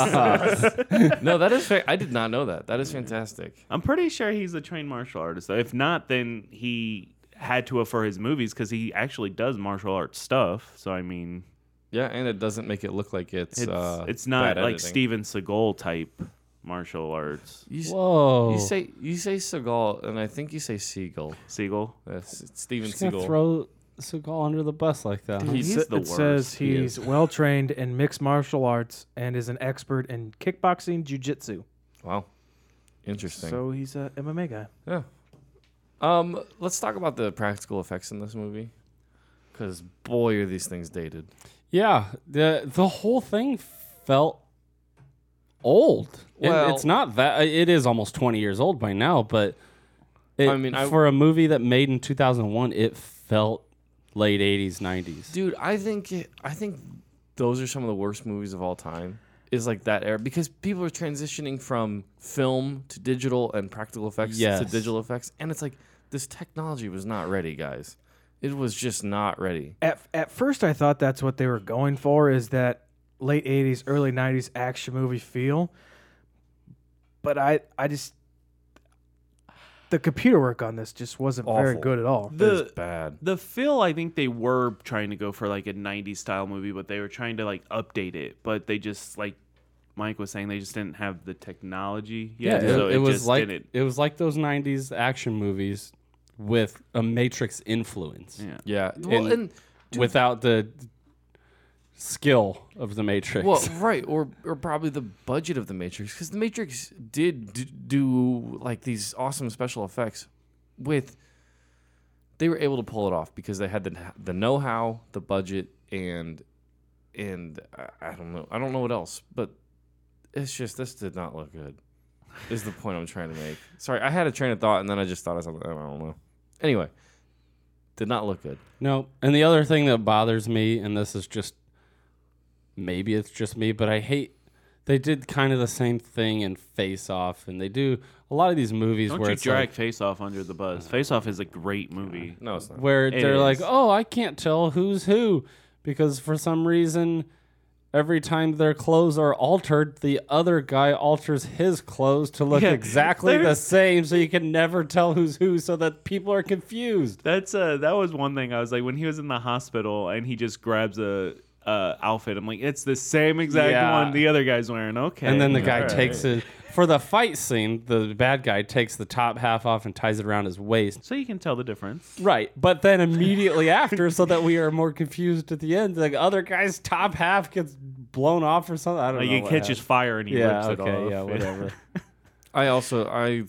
[SPEAKER 2] actually no, that is. Fa- I did not know that. That is fantastic.
[SPEAKER 4] I'm pretty sure he's a trained martial artist. Though. If not, then he had to have for his movies because he actually does martial arts stuff. So I mean,
[SPEAKER 2] Yeah, and it doesn't make it look like it's
[SPEAKER 4] it's
[SPEAKER 2] uh,
[SPEAKER 4] it's not
[SPEAKER 2] bad
[SPEAKER 4] like
[SPEAKER 2] editing.
[SPEAKER 4] Steven Seagal type martial arts.
[SPEAKER 2] You, s-
[SPEAKER 3] Whoa!
[SPEAKER 2] you say you say Seagal, and I think you say Seagal.
[SPEAKER 4] Seagal.
[SPEAKER 2] That's it's Steven
[SPEAKER 3] just gonna
[SPEAKER 2] Seagal.
[SPEAKER 3] throw Seagal under the bus like that. huh?
[SPEAKER 4] He's
[SPEAKER 5] It sa-
[SPEAKER 4] the
[SPEAKER 5] it
[SPEAKER 4] worst.
[SPEAKER 5] says
[SPEAKER 4] He
[SPEAKER 5] he's well trained in mixed martial arts and is an expert in kickboxing, jujitsu.
[SPEAKER 2] wow, interesting.
[SPEAKER 5] So he's a MMA guy.
[SPEAKER 2] yeah. Um, let's talk about the practical effects in this movie, because boy, are these things dated.
[SPEAKER 3] Yeah, the the whole thing felt old. It-
[SPEAKER 2] Well-
[SPEAKER 3] it's not that uh, it is almost twenty years old by now, but it,
[SPEAKER 2] I mean, I-
[SPEAKER 3] for a movie that made in two thousand one, it felt late eighties, nineties.
[SPEAKER 2] dude i think i think those are some of the worst movies of all time is like that era because people are transitioning from film to digital and practical effects to
[SPEAKER 3] Yes.
[SPEAKER 2] digital effects and it's like this technology was not ready guys it was just not ready
[SPEAKER 5] At, at first, I thought that's what they were going for is that late 80s, early 90s action movie feel. But I, I just, the computer work on this just wasn't very
[SPEAKER 2] Awful.
[SPEAKER 5] good at all.
[SPEAKER 2] it was bad
[SPEAKER 4] The feel, I think they were trying to go for like a 90s style movie, but they were trying to like update it. But they just like Mike was saying, they just didn't have the technology.
[SPEAKER 3] Yeah,
[SPEAKER 4] Yet,
[SPEAKER 3] it,
[SPEAKER 4] so
[SPEAKER 3] it was
[SPEAKER 4] just
[SPEAKER 3] like
[SPEAKER 4] didn't-
[SPEAKER 3] it was like those nineties action movies with a Matrix influence,
[SPEAKER 4] Yeah.
[SPEAKER 2] yeah well
[SPEAKER 3] And-
[SPEAKER 2] and
[SPEAKER 3] without the skill of the Matrix.
[SPEAKER 2] well right or or probably the budget of the matrix because the matrix did d- do like these awesome special effects with they were able to pull it off because they had the the know-how, the budget, and and I- I don't know, I don't know what else, but it's just this did not look good. Is the point I'm trying to make? Sorry, I had a train of thought and then I just thought of something. I don't know. Anyway, did not look good.
[SPEAKER 3] No. And the other thing that bothers me, and this is just maybe it's just me, but I hate they did kind of the same thing in Face Off, and they do a lot of these movies
[SPEAKER 4] Don't
[SPEAKER 3] where
[SPEAKER 4] you
[SPEAKER 3] it's
[SPEAKER 4] drag
[SPEAKER 3] like, Uh-huh.
[SPEAKER 4] Face Off under the buzz. Face Off is a great movie.
[SPEAKER 2] No, it's not.
[SPEAKER 3] where they're like,
[SPEAKER 4] is.
[SPEAKER 3] oh, I can't tell who's who because for some reason. Every time their clothes are altered, the other guy alters his clothes to look
[SPEAKER 4] Yeah,
[SPEAKER 3] exactly the
[SPEAKER 4] there's-
[SPEAKER 3] same, so you can never tell who's who, so that people are confused.
[SPEAKER 4] That's uh that was one thing I was like when he was in the hospital and he just grabs a uh, outfit. I'm like, it's the same exact
[SPEAKER 3] Yeah.
[SPEAKER 4] one the other guy's wearing. Okay.
[SPEAKER 3] And then the guy
[SPEAKER 4] All right.
[SPEAKER 3] takes it for the fight scene. The bad guy takes the top half off and ties it around his waist.
[SPEAKER 4] So you can tell the difference.
[SPEAKER 3] Right, but then immediately after, so that we are more confused at the end, the other guy's top half gets blown off or something. I don't
[SPEAKER 4] Like
[SPEAKER 3] know.
[SPEAKER 4] it
[SPEAKER 3] what
[SPEAKER 4] catches
[SPEAKER 3] happened.
[SPEAKER 4] fire and he
[SPEAKER 3] Yeah.
[SPEAKER 4] rips it
[SPEAKER 3] Okay.
[SPEAKER 4] off.
[SPEAKER 3] Yeah. Whatever.
[SPEAKER 2] I also I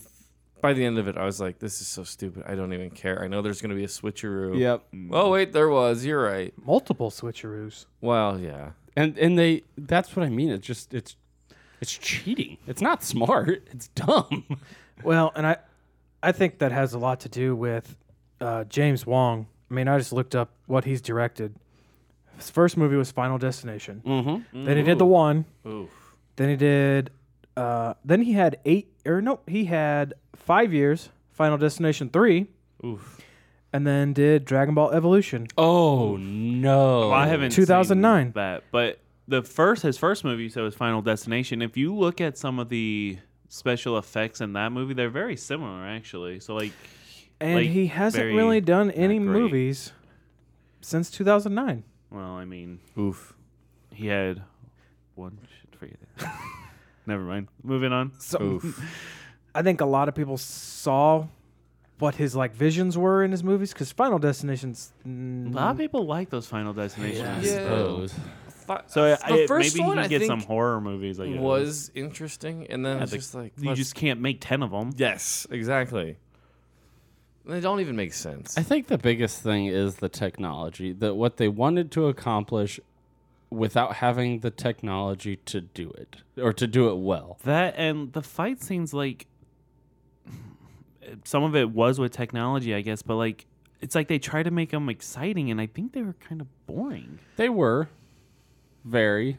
[SPEAKER 2] by the end of it I was like, this is so stupid. I don't even care. I know there's gonna be a switcheroo.
[SPEAKER 3] yep.
[SPEAKER 2] Oh wait, there was. You're right.
[SPEAKER 5] Multiple switcheroos.
[SPEAKER 2] Well, yeah.
[SPEAKER 3] And and they that's what I mean. It's just it's it's cheating. It's not smart. It's dumb.
[SPEAKER 5] Well, and I, I think that has a lot to do with uh, James Wong. I mean, I just looked up what he's directed. His first movie was Final Destination. Mm-hmm. Then he did the one. Then he did. Uh, then he had eight or no, he had five years. Final Destination three. And then did Dragon Ball Evolution.
[SPEAKER 3] Oh no.
[SPEAKER 4] Well, I haven't. seen
[SPEAKER 5] 2009.
[SPEAKER 4] that, but the first his first movie, so his Final Destination. If you look at some of the special effects in that movie, they're very similar actually. So like,
[SPEAKER 5] And
[SPEAKER 4] like,
[SPEAKER 5] he hasn't
[SPEAKER 4] very
[SPEAKER 5] really done
[SPEAKER 4] not
[SPEAKER 5] any
[SPEAKER 4] great.
[SPEAKER 5] movies since 2009.
[SPEAKER 4] Well, I mean,
[SPEAKER 2] Oof.
[SPEAKER 4] he had one. Shit, forget it. Never mind. Moving on.
[SPEAKER 2] Oof.
[SPEAKER 5] I think a lot of people saw what his like visions were in his movies because Final Destination's
[SPEAKER 4] A
[SPEAKER 5] mm,
[SPEAKER 4] lot of people like those Final Destinations.
[SPEAKER 2] Yeah.
[SPEAKER 3] suppose.
[SPEAKER 4] So I,
[SPEAKER 2] the
[SPEAKER 4] I-
[SPEAKER 2] first
[SPEAKER 4] maybe
[SPEAKER 2] one
[SPEAKER 4] he
[SPEAKER 2] I
[SPEAKER 4] can get
[SPEAKER 2] think
[SPEAKER 4] some horror movies. I guess.
[SPEAKER 2] was interesting, and then
[SPEAKER 4] Yeah,
[SPEAKER 2] it's
[SPEAKER 4] the-
[SPEAKER 2] just like
[SPEAKER 4] you
[SPEAKER 2] let's-
[SPEAKER 4] just can't make ten of them.
[SPEAKER 2] yes, exactly. They don't even make sense.
[SPEAKER 3] I think the biggest thing is the technology. That what they wanted to accomplish without having the technology to do it or to do it well.
[SPEAKER 4] That and the fight scenes, like some of it was with technology, I guess, but like it's like they try to make them exciting, and I think they were kind of boring.
[SPEAKER 3] They were very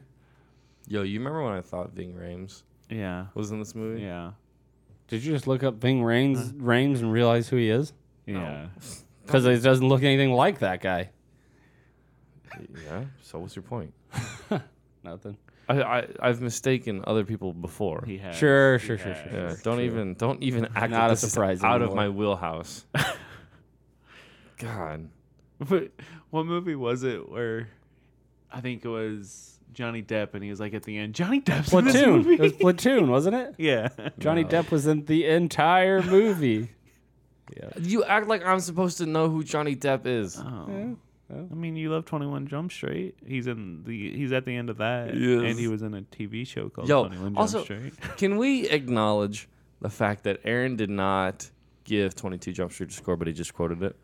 [SPEAKER 2] Yo, you remember when I thought Ving Rhames
[SPEAKER 4] Yeah,
[SPEAKER 2] was in this movie?
[SPEAKER 4] yeah,
[SPEAKER 3] Did you just look up Bing Rames Rames and realize who he is?
[SPEAKER 4] yeah.
[SPEAKER 3] Because it doesn't look anything like that guy.
[SPEAKER 2] Yeah. So what's your point?
[SPEAKER 3] Nothing.
[SPEAKER 2] I, I I've mistaken other people before.
[SPEAKER 4] He had
[SPEAKER 3] Sure, sure, sure, sure.
[SPEAKER 2] Yeah, don't even don't even act
[SPEAKER 3] Not
[SPEAKER 2] like
[SPEAKER 3] a
[SPEAKER 2] this is
[SPEAKER 3] surprise
[SPEAKER 2] out of
[SPEAKER 3] anymore.
[SPEAKER 2] my wheelhouse. God.
[SPEAKER 4] But what movie was it where I think it was Johnny Depp, and he was like at the end, Johnny Depp's in this
[SPEAKER 3] Platoon.
[SPEAKER 4] movie.
[SPEAKER 3] It was Platoon, wasn't it?
[SPEAKER 4] yeah,
[SPEAKER 3] Johnny Depp was in the entire movie.
[SPEAKER 2] You act like I'm supposed to know who Johnny Depp is.
[SPEAKER 4] Oh. I mean, you love Twenty One Jump Street. He's in the. He's at the end of that, and he was in a TV show called
[SPEAKER 2] Yo,
[SPEAKER 4] Twenty One Jump
[SPEAKER 2] also,
[SPEAKER 4] Street.
[SPEAKER 2] can we acknowledge the fact that Aaron did not give 22 Jump Street a score, but he just quoted it?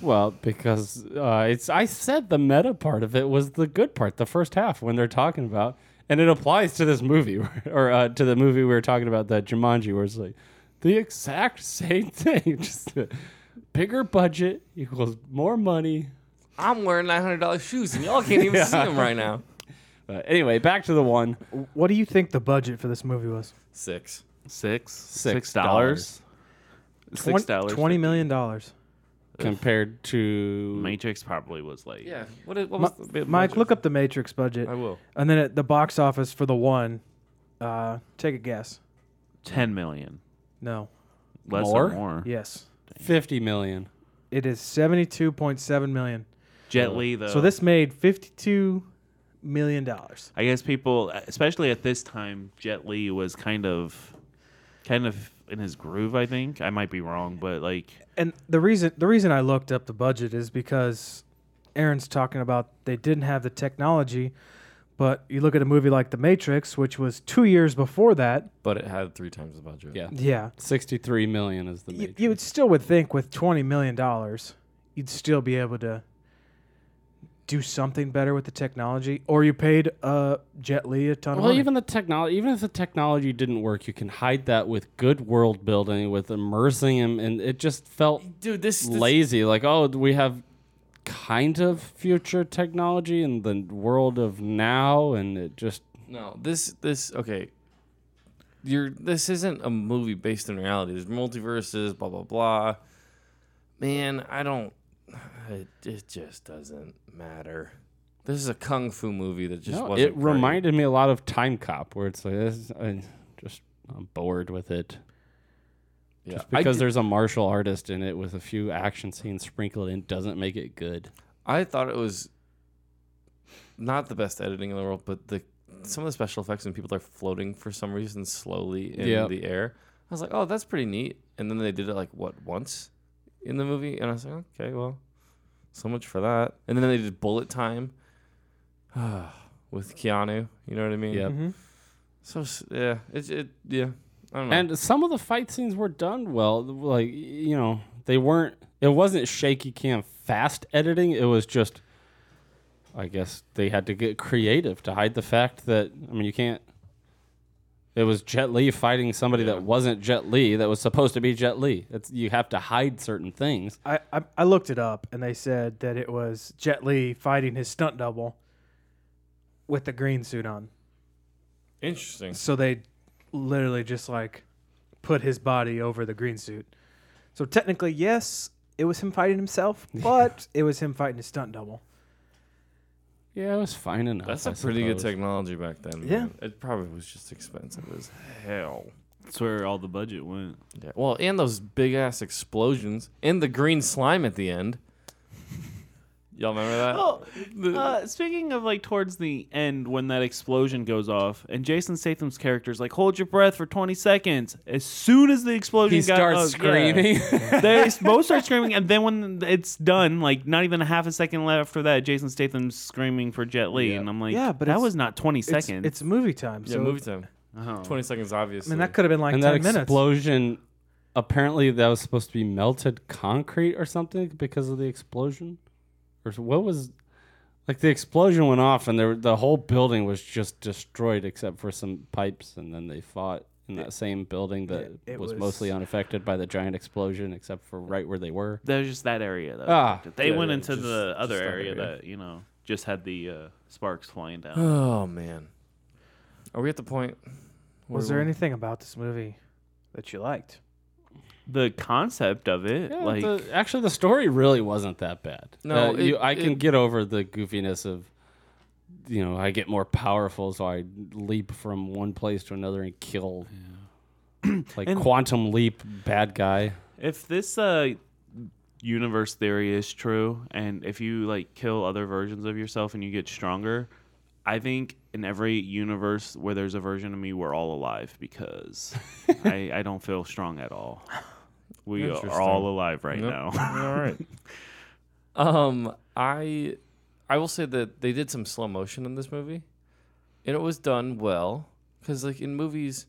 [SPEAKER 3] Well, because uh, it's I said the meta part of it was the good part, the first half when they're talking about, and it applies to this movie or uh, to the movie we were talking about, that Jumanji, where it's like the exact same thing, just a bigger budget equals more money.
[SPEAKER 2] I'm wearing $900 shoes, and y'all can't even see them right now.
[SPEAKER 3] But anyway, back to the one
[SPEAKER 5] what do you think the budget for this movie was?
[SPEAKER 2] Six.
[SPEAKER 4] Six
[SPEAKER 3] Six
[SPEAKER 4] six dollars. Six
[SPEAKER 5] Twen-
[SPEAKER 4] dollars.
[SPEAKER 5] Twenty million dollars.
[SPEAKER 3] compared to
[SPEAKER 4] Matrix probably was like
[SPEAKER 2] Yeah. What, is, what was the bit
[SPEAKER 5] Mike,
[SPEAKER 2] budget?
[SPEAKER 5] look up the Matrix budget,
[SPEAKER 2] I will.
[SPEAKER 5] and then at the box office for the one. Uh, take a guess.
[SPEAKER 4] ten million.
[SPEAKER 5] No.
[SPEAKER 4] Less
[SPEAKER 3] More?
[SPEAKER 4] or more.
[SPEAKER 5] Yes.
[SPEAKER 3] fifty million.
[SPEAKER 5] It is seventy-two point seven million.
[SPEAKER 4] Jet Li though.
[SPEAKER 2] Oh.
[SPEAKER 5] So this made fifty-two million dollars.
[SPEAKER 4] I guess people, especially at this time, Jet Li was kind of, kind of in his groove. I think I might be wrong, but like
[SPEAKER 5] And the reason the reason I looked up the budget is because Aaron's talking about they didn't have the technology, but you look at a movie like The Matrix, which was two years before that.
[SPEAKER 2] But it had three times the budget.
[SPEAKER 3] Yeah,
[SPEAKER 5] Yeah,
[SPEAKER 3] sixty-three million is the
[SPEAKER 5] you,
[SPEAKER 3] major.
[SPEAKER 5] you would still would think with twenty million dollars, you'd still be able to do something better with the technology, or you paid uh, Jet Li a ton of
[SPEAKER 3] Well,
[SPEAKER 5] money.
[SPEAKER 3] even the technology, even if the technology didn't work, you can hide that with good world building, with immersing him, and it just felt
[SPEAKER 2] Dude, this, this
[SPEAKER 3] lazy. Like, oh, we have kind of future technology in the world of now, and it just
[SPEAKER 2] No, this this okay. You're this isn't a movie based in reality. There's multiverses, blah blah blah. Man, I don't. It, it just doesn't matter. This is a kung fu movie that just
[SPEAKER 3] no,
[SPEAKER 2] wasn't.
[SPEAKER 3] it
[SPEAKER 2] great.
[SPEAKER 3] reminded me a lot of Time Cop, where it's like this. I just I'm bored with it
[SPEAKER 2] yeah. I
[SPEAKER 3] because
[SPEAKER 2] did-
[SPEAKER 3] there's a martial artist in it with a few action scenes sprinkled in. Doesn't make it good.
[SPEAKER 2] I thought it was not the best editing in the world, but the some of the special effects when people are floating for some reason slowly in
[SPEAKER 3] Yeah.
[SPEAKER 2] the air. I was like, oh, that's pretty neat. And then they did it like what once in the movie, and I was like, okay, well, so much for that. And then they did bullet time with Keanu. You know what I mean?
[SPEAKER 3] Yep.
[SPEAKER 5] Mhm.
[SPEAKER 2] So s- yeah, it, it yeah. I don't know.
[SPEAKER 3] And some of the fight scenes were done well. Like you know, they weren't. It wasn't shaky cam fast editing. It was just, I guess they had to get creative to hide the fact that I mean you can't. It was Jet Li fighting somebody that wasn't Jet Li that was supposed to be Jet Li. It's, you have to hide certain things.
[SPEAKER 5] I, I I looked it up, and they said that it was Jet Li fighting his stunt double with the green suit on.
[SPEAKER 2] Interesting.
[SPEAKER 5] So they literally just like put his body over the green suit. So technically, yes, it was him fighting himself, but it was him fighting his stunt double.
[SPEAKER 3] Yeah, it was fine enough.
[SPEAKER 2] That's a
[SPEAKER 3] I
[SPEAKER 2] pretty good
[SPEAKER 3] suppose.
[SPEAKER 2] technology back then.
[SPEAKER 5] Yeah.
[SPEAKER 2] man. It probably was just expensive as hell.
[SPEAKER 4] That's where all the budget went.
[SPEAKER 2] Yeah. Well, and those big ass explosions and the green slime at the end. Y'all remember that?
[SPEAKER 4] Oh, uh, speaking of like towards the end when that explosion goes off, and Jason Statham's character's like, "Hold your breath for 20 seconds." As soon as the explosion
[SPEAKER 3] He
[SPEAKER 4] got-
[SPEAKER 3] starts
[SPEAKER 4] oh, yeah.
[SPEAKER 3] screaming.
[SPEAKER 4] they both start screaming, and then when it's done, like not even a half a second left after that, Jason Statham's screaming for Jet Li, and I'm like,
[SPEAKER 5] Yeah, but
[SPEAKER 4] that
[SPEAKER 5] it's-
[SPEAKER 4] was not 20
[SPEAKER 5] It's-
[SPEAKER 4] seconds.
[SPEAKER 5] It's, movie time.
[SPEAKER 2] yeah,
[SPEAKER 5] so
[SPEAKER 2] movie time. Twenty seconds,
[SPEAKER 5] I
[SPEAKER 2] obviously.
[SPEAKER 5] mean, that could have been like
[SPEAKER 3] and that
[SPEAKER 5] ten minutes.
[SPEAKER 3] explosion apparently that was supposed to be melted concrete or something because of the explosion or s- what was like the explosion went off and there, the whole building was just destroyed except for some pipes and then they fought in that same building that
[SPEAKER 5] it- it
[SPEAKER 3] was,
[SPEAKER 5] was-
[SPEAKER 3] mostly unaffected by the giant explosion except for right where they were
[SPEAKER 4] That was just that area though.
[SPEAKER 3] Ah,
[SPEAKER 4] they
[SPEAKER 3] yeah,
[SPEAKER 4] went
[SPEAKER 3] yeah,
[SPEAKER 4] into
[SPEAKER 3] just-
[SPEAKER 4] the other
[SPEAKER 2] just that
[SPEAKER 4] area,
[SPEAKER 2] area.
[SPEAKER 4] that you know just had the uh, sparks flying down.
[SPEAKER 2] oh man. Are we at the point? where
[SPEAKER 5] was there
[SPEAKER 2] we-
[SPEAKER 5] anything about this movie that you liked?
[SPEAKER 4] the concept of it,
[SPEAKER 3] Yeah,
[SPEAKER 4] like
[SPEAKER 3] the- actually the story really wasn't that bad
[SPEAKER 2] No,
[SPEAKER 3] Uh, you,
[SPEAKER 2] it-
[SPEAKER 3] i can
[SPEAKER 2] it-
[SPEAKER 3] get over the goofiness of you know i get more powerful so i leap from one place to another and kill like
[SPEAKER 4] And-
[SPEAKER 3] quantum leap bad guy
[SPEAKER 4] if this uh, universe theory is true, and if you like kill other versions of yourself and you get stronger, I think in every universe where there's a version of me, we're all alive because I, I don't feel strong at all. We
[SPEAKER 2] Interesting.
[SPEAKER 4] are all alive right
[SPEAKER 2] Yep.
[SPEAKER 4] now.
[SPEAKER 2] All right. um, I I will say that they did some slow motion in this movie, and it was done well. Because like in movies,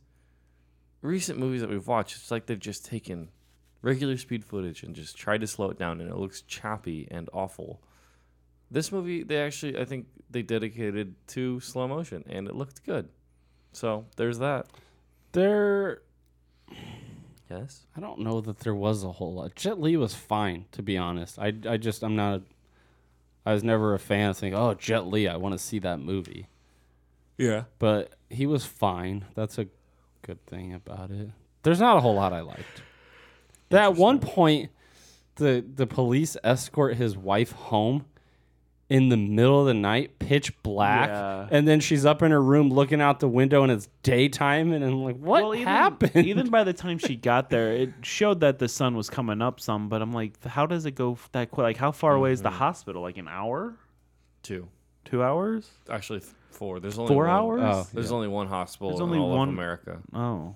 [SPEAKER 2] recent movies that we've watched, it's like they've just taken regular speed footage and just tried to slow it down, and it looks choppy and awful. This movie, they actually, I think they dedicated to slow motion, and it looked good. So there's that.
[SPEAKER 3] there
[SPEAKER 2] Yes.
[SPEAKER 3] i don't know that there was a whole lot jet Li was fine to be honest i, I just i'm not a, i was never a fan of thinking oh jet Li, i want to see that movie
[SPEAKER 2] Yeah.
[SPEAKER 3] but he was fine. That's a good thing about it. There's not a whole lot I liked. That one point, the the police escort his wife home in the middle of the night, pitch black,
[SPEAKER 4] Yeah.
[SPEAKER 3] and then she's up in her room looking out the window, and it's daytime, and I'm like, what
[SPEAKER 4] even,
[SPEAKER 3] happened?
[SPEAKER 4] Even by the time she got there, it showed that the sun was coming up some. But I'm like, how does it go f- that quick? Like, how far away is the
[SPEAKER 2] Mm-hmm.
[SPEAKER 4] hospital? Like an hour,
[SPEAKER 2] Two.
[SPEAKER 4] two hours?
[SPEAKER 2] Actually, th- four. There's only
[SPEAKER 4] Four
[SPEAKER 2] one-
[SPEAKER 4] hours?
[SPEAKER 3] oh,
[SPEAKER 2] There's only one hospital
[SPEAKER 4] There's
[SPEAKER 2] in
[SPEAKER 4] only
[SPEAKER 2] all
[SPEAKER 4] one-
[SPEAKER 2] of America.
[SPEAKER 4] Oh,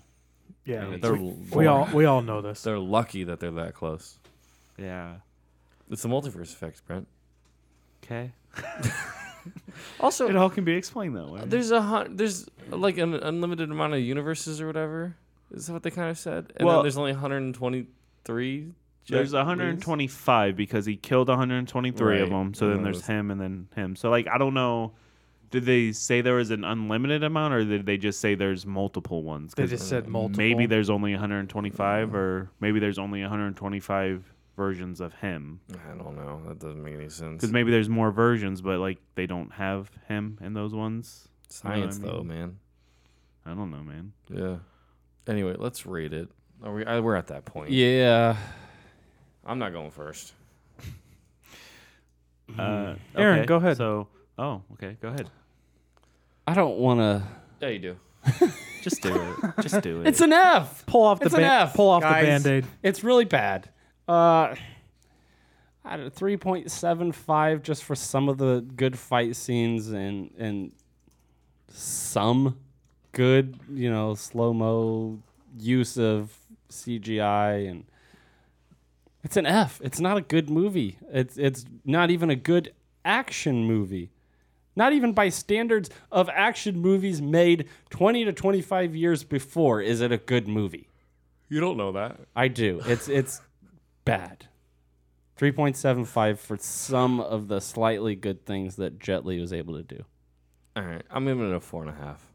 [SPEAKER 5] Yeah,
[SPEAKER 2] They're,
[SPEAKER 5] we all we all know this.
[SPEAKER 2] they're lucky that they're that close.
[SPEAKER 4] yeah.
[SPEAKER 2] It's the multiverse effect, Brent.
[SPEAKER 4] Okay. It
[SPEAKER 2] Also,
[SPEAKER 4] all can be explained that way.
[SPEAKER 2] there's a hun- there's like an unlimited amount of universes or whatever. Is that what they kind of said? And
[SPEAKER 4] Well-
[SPEAKER 2] then there's only 123.
[SPEAKER 4] There's 125 because he killed 123 of
[SPEAKER 2] Right.
[SPEAKER 4] them. So
[SPEAKER 2] I
[SPEAKER 4] then
[SPEAKER 2] know
[SPEAKER 4] there's
[SPEAKER 2] this.
[SPEAKER 4] him and then him. So like I don't know. Did they say there was an unlimited amount, or did they just say there's multiple ones?
[SPEAKER 5] They
[SPEAKER 4] 'Cause
[SPEAKER 5] just said multiple.
[SPEAKER 4] Maybe there's only 125, or maybe there's only 125 versions of him.
[SPEAKER 2] I don't know. That doesn't make any sense.
[SPEAKER 4] Because maybe there's more versions, but like they don't have him in those ones. you know what I
[SPEAKER 2] Science, though,
[SPEAKER 4] mean?
[SPEAKER 2] man.
[SPEAKER 4] I don't know, man.
[SPEAKER 2] Yeah. Anyway, let's rate it. Are we? I, we're at that point.
[SPEAKER 3] yeah.
[SPEAKER 2] I'm not going first.
[SPEAKER 4] Uh,
[SPEAKER 5] Aaron,
[SPEAKER 4] okay,
[SPEAKER 5] go ahead.
[SPEAKER 4] So, oh, okay, go ahead.
[SPEAKER 3] I don't want to.
[SPEAKER 2] Yeah, you do.
[SPEAKER 4] Just do it. Just do it.
[SPEAKER 3] It's an F.
[SPEAKER 5] pull off the
[SPEAKER 3] It's an
[SPEAKER 5] ban-
[SPEAKER 3] F,
[SPEAKER 5] pull off
[SPEAKER 3] guys.
[SPEAKER 5] the band-aid.
[SPEAKER 3] It's really bad. Uh, I I don't three point seven five just for some of the good fight scenes and and some good you know slow mo use of CGI and it's an F. It's not a good movie. It's it's not even a good action movie. Not even by standards of action movies made 20 to 25 years before is it a good movie.
[SPEAKER 2] You don't know that.
[SPEAKER 3] I do. It's it's bad. 3.75 for some of the slightly good things that Jet Li was able to do.
[SPEAKER 2] All right, I'm giving it a four and a half.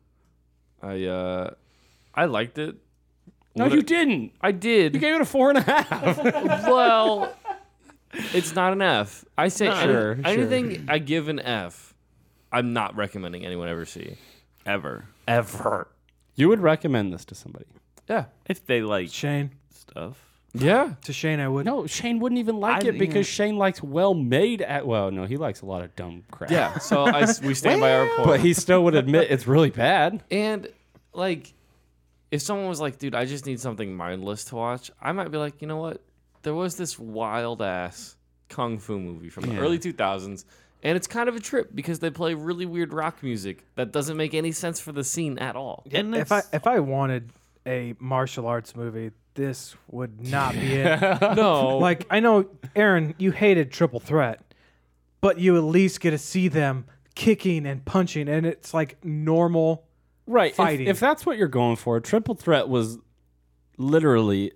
[SPEAKER 2] I uh, I liked it.
[SPEAKER 3] No, you didn't.
[SPEAKER 2] I did.
[SPEAKER 3] You gave it a four and a half.
[SPEAKER 2] well, it's not an F. I say any-
[SPEAKER 3] Sure, sure.
[SPEAKER 2] anything I give an F, I'm not recommending anyone ever see
[SPEAKER 4] ever
[SPEAKER 2] ever.
[SPEAKER 3] you would recommend this to somebody.
[SPEAKER 2] Yeah,
[SPEAKER 4] if they like
[SPEAKER 5] Shane.
[SPEAKER 4] stuff.
[SPEAKER 2] yeah.
[SPEAKER 5] To Shane, I would.
[SPEAKER 3] No, Shane wouldn't even like
[SPEAKER 4] I-
[SPEAKER 3] it because Shane likes well made at well, no, he likes a lot of dumb crap.
[SPEAKER 2] Yeah, so I s we stand by our point.
[SPEAKER 3] But he still would admit it's really bad.
[SPEAKER 2] and like, if someone was like, "Dude, I just need something mindless to watch," I might be like, "You know what? There was this wild ass kung fu movie from the early 2000s, and it's kind of a trip because they play really weird rock music that doesn't make any sense for the scene at all."
[SPEAKER 4] And
[SPEAKER 5] If I
[SPEAKER 4] it's-
[SPEAKER 5] if I wanted a martial arts movie, this would not be it.
[SPEAKER 3] Oh.
[SPEAKER 2] No,
[SPEAKER 5] Like I know, Aaron, you hated Triple Threat, but you at least get to see them kicking and punching, and it's like normal.
[SPEAKER 3] right if-
[SPEAKER 5] fighting.
[SPEAKER 3] If, that's what you're going for triple threat was literally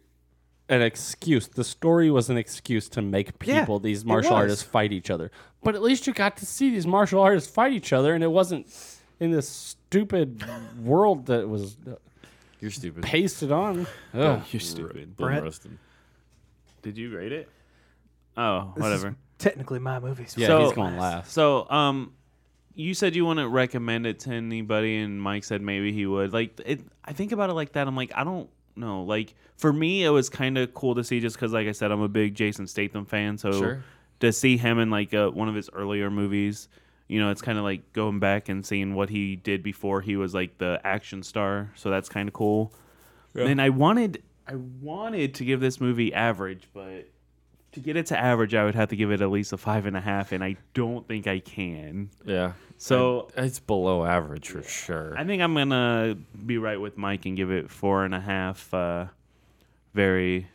[SPEAKER 3] an excuse the story was an excuse to make
[SPEAKER 5] Yeah,
[SPEAKER 3] people these
[SPEAKER 5] it
[SPEAKER 3] martial
[SPEAKER 5] was.
[SPEAKER 3] artists fight each other but at least you got to see these martial artists fight each other and it wasn't in this stupid world that was
[SPEAKER 2] you're stupid.
[SPEAKER 3] pasted on Ugh.
[SPEAKER 2] oh.
[SPEAKER 4] You're stupid.
[SPEAKER 5] Brett.
[SPEAKER 4] Did you rate it? Oh,
[SPEAKER 5] This is
[SPEAKER 4] whatever.
[SPEAKER 5] Technically, my movies.
[SPEAKER 3] yeah
[SPEAKER 4] So-
[SPEAKER 3] he's going last
[SPEAKER 4] So, um, you said you wouldn't recommend it to anybody, and Mike said maybe he would. Like, it, I think about it like that. I'm like, I don't know. Like, for me, it was kind of cool to see just because, like I said, I'm a big Jason Statham fan. So,
[SPEAKER 2] Sure.
[SPEAKER 4] to see him in like uh, one of his earlier movies, you know, it's kind of like going back and seeing what he did before he was like the action star. So that's kind of cool. And I wanted, I wanted to give this movie average, but to get it to average, I would have to give it at least a five and a half, and I don't think I can.
[SPEAKER 2] Yeah.
[SPEAKER 4] So
[SPEAKER 2] It's below average for sure.
[SPEAKER 4] I think I'm gonna be right with Mike and give it four and a half. Uh, very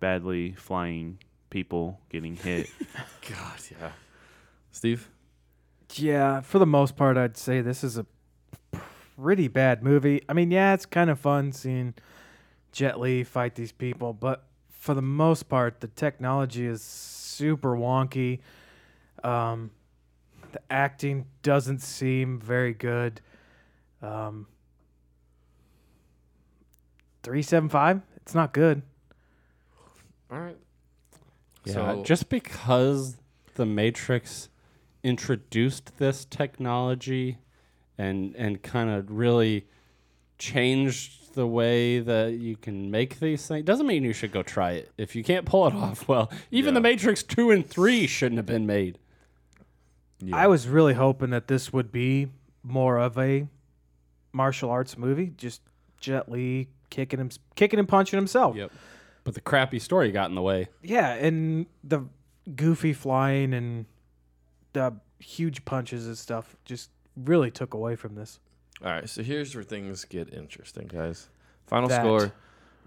[SPEAKER 4] badly flying people getting hit.
[SPEAKER 2] God, yeah. Steve?
[SPEAKER 5] Yeah, for the most part, I'd say this is a pretty bad movie. I mean, yeah, it's kind of fun seeing Jet Li fight these people, but for the most part, the technology is super wonky. Um, the acting doesn't seem very good. Um, three seven five. It's not good.
[SPEAKER 2] All right.
[SPEAKER 3] Yeah,
[SPEAKER 2] So-
[SPEAKER 3] just because the Matrix introduced this technology and and kind of really changed the way that you can make these things doesn't mean you should go try it. If you can't pull it off, well, even the Matrix 2 and 3 shouldn't have been made.
[SPEAKER 5] I was really hoping that this would be more of a martial arts movie, just Jet Li kicking him, kicking and punching himself.
[SPEAKER 3] But the crappy story got in the way.
[SPEAKER 5] Yeah, and the goofy flying and the huge punches and stuff just really took away from this.
[SPEAKER 2] All right. So here's where things get interesting, guys. Final
[SPEAKER 5] That.
[SPEAKER 2] score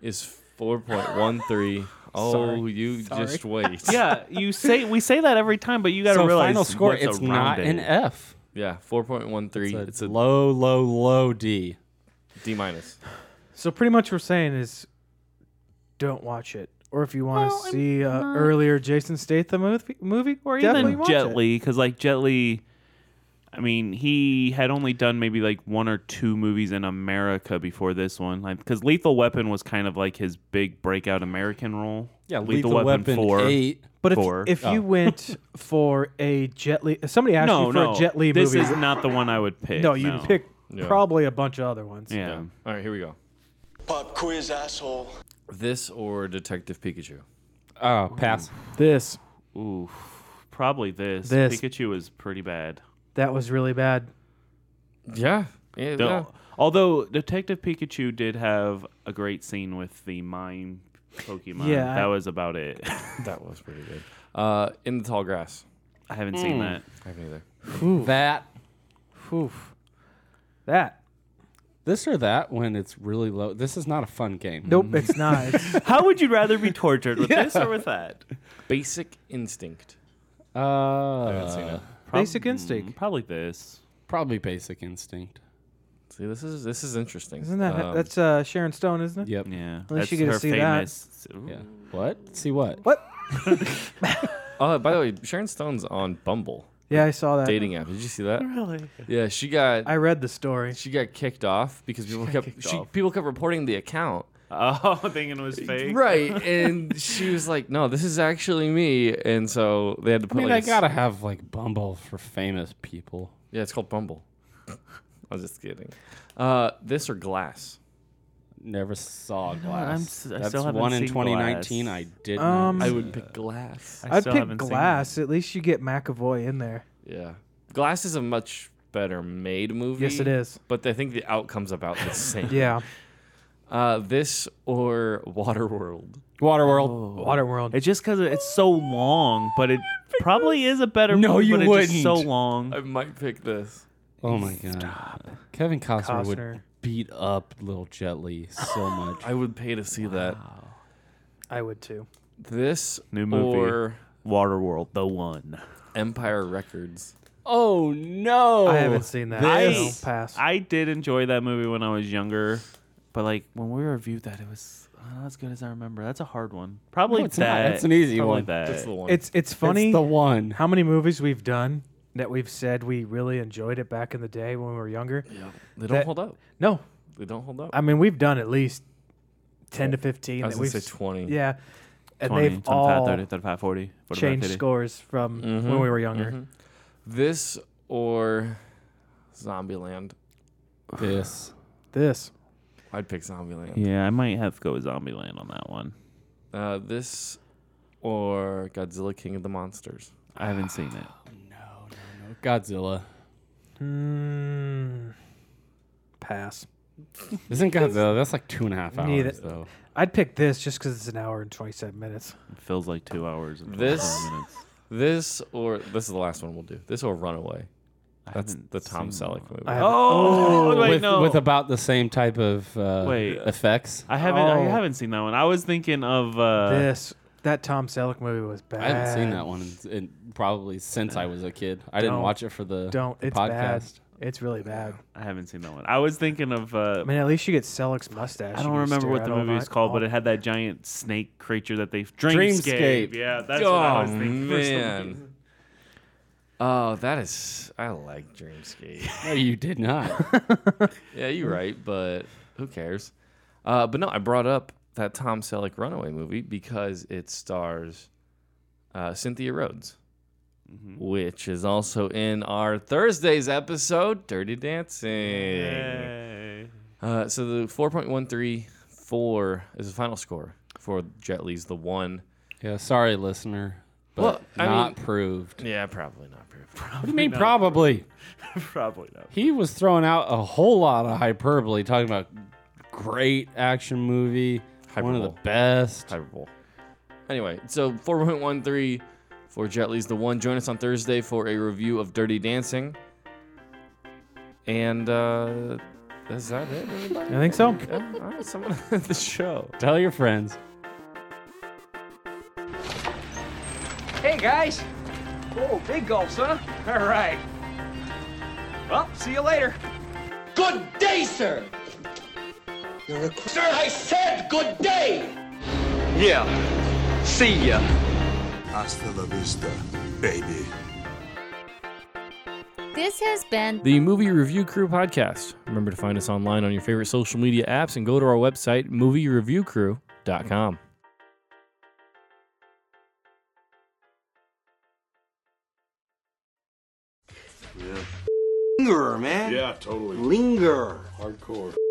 [SPEAKER 2] is 4.13. oh,
[SPEAKER 5] Sorry.
[SPEAKER 2] you just wait.
[SPEAKER 4] yeah, you say we say that every time, but you gotta
[SPEAKER 3] so
[SPEAKER 4] realize
[SPEAKER 3] final score
[SPEAKER 4] what's
[SPEAKER 3] it's not
[SPEAKER 4] around
[SPEAKER 3] an
[SPEAKER 4] it.
[SPEAKER 3] F.
[SPEAKER 2] Yeah. 4.13.
[SPEAKER 3] It's a,
[SPEAKER 2] It's a D
[SPEAKER 3] low low low D.
[SPEAKER 2] minus.
[SPEAKER 5] So pretty much we're saying is, don't watch it. Or if you want to see uh, earlier Jason Statham movie, movie or definitely
[SPEAKER 4] even
[SPEAKER 5] watch
[SPEAKER 4] Jet
[SPEAKER 5] it.
[SPEAKER 4] Li, because like Jet Li, I mean, he had only done maybe like one or two movies in America before this one. Like, because Lethal Weapon was kind of like his big breakout American role.
[SPEAKER 3] Yeah, Lethal, Weapon, 8.
[SPEAKER 5] But
[SPEAKER 4] Four.
[SPEAKER 5] if, if you
[SPEAKER 3] Oh.
[SPEAKER 5] went for a Jet Li, if somebody asked
[SPEAKER 4] No,
[SPEAKER 5] you for
[SPEAKER 4] no,
[SPEAKER 5] a Jet Li
[SPEAKER 4] this
[SPEAKER 5] movie,
[SPEAKER 4] is not the one I would pick.
[SPEAKER 5] no, you'd pick
[SPEAKER 2] Yeah.
[SPEAKER 5] probably a bunch of other ones.
[SPEAKER 4] Yeah.
[SPEAKER 2] All right. Here we go.
[SPEAKER 6] Pop quiz asshole.
[SPEAKER 2] This or Detective Pikachu?
[SPEAKER 3] Oh, pass.
[SPEAKER 5] This
[SPEAKER 4] Ooh, probably this.
[SPEAKER 5] This.
[SPEAKER 4] Pikachu was pretty bad.
[SPEAKER 5] that was really bad.
[SPEAKER 2] Yeah. Yeah.
[SPEAKER 4] Though- Although Detective Pikachu did have a great scene with the mime Pokemon.
[SPEAKER 5] Yeah,
[SPEAKER 4] that
[SPEAKER 5] I-
[SPEAKER 4] was about it.
[SPEAKER 2] That was pretty good. Uh, in the tall grass.
[SPEAKER 4] I haven't
[SPEAKER 5] Hmm.
[SPEAKER 4] seen that.
[SPEAKER 2] I haven't either.
[SPEAKER 5] Ooh,
[SPEAKER 2] That
[SPEAKER 5] oof. That.
[SPEAKER 3] This or that when it's really low. This is not a fun game.
[SPEAKER 5] Nope, it's not. It's,
[SPEAKER 4] How would you rather be tortured with this or with that?
[SPEAKER 2] basic instinct. I haven't seen
[SPEAKER 3] Uh,
[SPEAKER 2] it.
[SPEAKER 5] Basic Instinct.
[SPEAKER 4] Mm, Probably this.
[SPEAKER 3] probably Basic Instinct.
[SPEAKER 2] See, this is this is interesting.
[SPEAKER 5] isn't that
[SPEAKER 2] Um,
[SPEAKER 5] that's uh, Sharon Stone, isn't it?
[SPEAKER 3] Yep.
[SPEAKER 4] Yeah.
[SPEAKER 5] least you get to see that.
[SPEAKER 4] that.
[SPEAKER 3] Yeah. What? See what?
[SPEAKER 5] What?
[SPEAKER 2] Oh, by the way, Sharon Stone's on Bumble
[SPEAKER 5] Yeah, I saw that.
[SPEAKER 2] dating app. Did you see that?
[SPEAKER 4] Really?
[SPEAKER 2] Yeah, she got
[SPEAKER 5] I read the story.
[SPEAKER 2] she got kicked off because people kept
[SPEAKER 4] kicked
[SPEAKER 2] she,
[SPEAKER 4] off.
[SPEAKER 2] people kept reporting the account.
[SPEAKER 4] Oh, thinking it was fake.
[SPEAKER 2] Right, and she was like, "No, this is actually me," and so they had to
[SPEAKER 3] I
[SPEAKER 2] put.
[SPEAKER 3] mean,
[SPEAKER 2] like
[SPEAKER 3] I
[SPEAKER 2] a s-
[SPEAKER 3] gotta have like Bumble for famous people.
[SPEAKER 2] Yeah, it's called Bumble. I was just kidding. Uh, this or glass?
[SPEAKER 3] Never saw Glass.
[SPEAKER 4] I'm s- I
[SPEAKER 3] That's
[SPEAKER 4] still haven't
[SPEAKER 3] one in
[SPEAKER 4] seen
[SPEAKER 3] 2019
[SPEAKER 4] Glass.
[SPEAKER 3] I did.
[SPEAKER 5] Um,
[SPEAKER 3] not
[SPEAKER 2] I
[SPEAKER 3] see.
[SPEAKER 2] would pick glass.
[SPEAKER 4] I
[SPEAKER 5] I'd
[SPEAKER 4] still
[SPEAKER 5] pick
[SPEAKER 4] haven't seen that.
[SPEAKER 5] Glass. At least you get McAvoy in there.
[SPEAKER 2] Yeah, glass is a much better made movie.
[SPEAKER 5] Yes, it is.
[SPEAKER 2] But I think the outcome's about the same.
[SPEAKER 5] Yeah.
[SPEAKER 2] Uh, this or Waterworld?
[SPEAKER 5] oh,
[SPEAKER 3] Waterworld.
[SPEAKER 5] Waterworld.
[SPEAKER 4] It's just because it's so long, but it probably is a better
[SPEAKER 3] No,
[SPEAKER 4] movie,
[SPEAKER 3] you
[SPEAKER 4] but it's just so
[SPEAKER 3] wouldn't.
[SPEAKER 4] long.
[SPEAKER 2] I might pick this.
[SPEAKER 3] Oh my god. Kevin Costner,
[SPEAKER 5] Costner.
[SPEAKER 3] would beat up Little Jet Li so much.
[SPEAKER 2] I would pay to see that.
[SPEAKER 5] I would too.
[SPEAKER 2] This
[SPEAKER 4] New movie.
[SPEAKER 2] or
[SPEAKER 4] Waterworld, the one.
[SPEAKER 2] Empire Records.
[SPEAKER 3] oh no.
[SPEAKER 5] I haven't seen that.
[SPEAKER 4] I-
[SPEAKER 5] so pass.
[SPEAKER 4] I did enjoy that movie when I was younger, but like when we reviewed that, it was uh, not as good as I remember. That's a hard one. Probably
[SPEAKER 3] No, it's not.
[SPEAKER 4] that.
[SPEAKER 3] That's an easy
[SPEAKER 4] Probably
[SPEAKER 3] one.
[SPEAKER 4] That.
[SPEAKER 2] That's the one.
[SPEAKER 5] it's it's funny
[SPEAKER 3] It's the one.
[SPEAKER 5] how many movies we've done that we've said we really enjoyed it back in the day when we were younger.
[SPEAKER 2] they don't
[SPEAKER 5] that-
[SPEAKER 2] hold up.
[SPEAKER 5] No,
[SPEAKER 2] They don't hold up.
[SPEAKER 5] I mean we've done at least ten to fifteen.
[SPEAKER 2] I was
[SPEAKER 5] that
[SPEAKER 2] gonna
[SPEAKER 5] we've
[SPEAKER 2] say
[SPEAKER 5] s-
[SPEAKER 2] twenty.
[SPEAKER 5] Yeah, and
[SPEAKER 4] 20,
[SPEAKER 5] they've
[SPEAKER 4] 25,
[SPEAKER 5] all
[SPEAKER 4] 30, 35, 40, 45,
[SPEAKER 5] changed
[SPEAKER 4] 50.
[SPEAKER 5] scores from
[SPEAKER 3] Mm-hmm.
[SPEAKER 5] when we were younger.
[SPEAKER 2] Mm-hmm. This or Zombieland.
[SPEAKER 3] This.
[SPEAKER 5] This
[SPEAKER 2] I'd pick Zombieland.
[SPEAKER 4] Yeah, I might have to go with Zombieland on that one.
[SPEAKER 2] Uh, this or Godzilla King of the Monsters.
[SPEAKER 4] I haven't seen it.
[SPEAKER 3] Godzilla.
[SPEAKER 5] mm, pass.
[SPEAKER 3] Isn't Godzilla? That's like two and a half hours
[SPEAKER 5] Neither-
[SPEAKER 3] though.
[SPEAKER 5] I'd pick this just because it's an hour and twenty seven minutes.
[SPEAKER 4] It feels like two hours. And
[SPEAKER 2] This-
[SPEAKER 4] 25 minutes.
[SPEAKER 2] This or this is the last one we'll do. This or Runaway.
[SPEAKER 4] I
[SPEAKER 2] That's
[SPEAKER 4] haven't
[SPEAKER 2] the Tom
[SPEAKER 4] seen
[SPEAKER 2] Selleck movie.
[SPEAKER 5] I haven't-
[SPEAKER 4] Oh, wait,
[SPEAKER 3] with,
[SPEAKER 4] no.
[SPEAKER 3] with about the same type of uh,
[SPEAKER 4] Wait.
[SPEAKER 3] effects.
[SPEAKER 4] I haven't. I
[SPEAKER 5] Oh.
[SPEAKER 4] haven't seen that one. I was thinking of. Uh,
[SPEAKER 5] this that Tom Selleck movie was bad.
[SPEAKER 3] I haven't seen that one in, in probably since I was a kid. I didn't
[SPEAKER 5] Don't.
[SPEAKER 3] watch it for the,
[SPEAKER 5] Don't.
[SPEAKER 3] the
[SPEAKER 5] it's
[SPEAKER 3] podcast.
[SPEAKER 5] bad. It's really bad.
[SPEAKER 4] I haven't seen that one. I was thinking of. Uh,
[SPEAKER 5] I mean, at least you get Selleck's mustache.
[SPEAKER 4] I
[SPEAKER 5] you
[SPEAKER 4] don't
[SPEAKER 5] can
[SPEAKER 4] remember
[SPEAKER 5] stare
[SPEAKER 4] what
[SPEAKER 5] at
[SPEAKER 4] the
[SPEAKER 5] all
[SPEAKER 4] movie
[SPEAKER 5] night.
[SPEAKER 4] was called,
[SPEAKER 5] Oh,
[SPEAKER 4] but it had that giant snake creature that they
[SPEAKER 3] Dreamscape.
[SPEAKER 4] Yeah, that's
[SPEAKER 2] oh
[SPEAKER 4] what I was thinking. for some reason.
[SPEAKER 2] man. Oh, that is. I like Dreamscape.
[SPEAKER 3] No, you did not.
[SPEAKER 2] Yeah, you're right, but who cares? Uh, but no, I brought up that Tom Selleck Runaway movie because it stars uh, Cynthia Rhodes, Mm-hmm. which is also in our Thursday's episode, Dirty Dancing.
[SPEAKER 4] Yay.
[SPEAKER 2] Uh, so the 4.134 is the final score for Jet Li's The One.
[SPEAKER 3] yeah, sorry, listener. But
[SPEAKER 2] Well, I
[SPEAKER 3] not
[SPEAKER 2] mean-
[SPEAKER 3] proved.
[SPEAKER 2] Yeah, probably not.
[SPEAKER 3] What do you mean, probably?
[SPEAKER 4] Probably not.
[SPEAKER 3] He was throwing out a whole lot of hyperbole, talking about great action movie, one of
[SPEAKER 2] Hyperbole.
[SPEAKER 3] the best.
[SPEAKER 2] Hyperbole. Anyway, so 4.13 for Jet Li's The One. Join us on Thursday for a review of Dirty Dancing. And uh, is that it? everybody?
[SPEAKER 5] I think so.
[SPEAKER 2] Yeah, all right, someone at the show.
[SPEAKER 3] Tell your friends.
[SPEAKER 8] Hey, guys. Oh, big gulps, huh? All right. Well, see you later.
[SPEAKER 6] Good day, sir! You're a. Sir, I said good day!
[SPEAKER 8] Yeah. See ya.
[SPEAKER 7] Hasta la vista, baby.
[SPEAKER 9] This has been
[SPEAKER 2] The Movie Review Crew podcast. Remember to find us online on your favorite social media apps and go to our website, moviereviewcrew.com.
[SPEAKER 10] Linger, man.
[SPEAKER 7] Yeah, totally.
[SPEAKER 10] Linger.
[SPEAKER 7] Hardcore.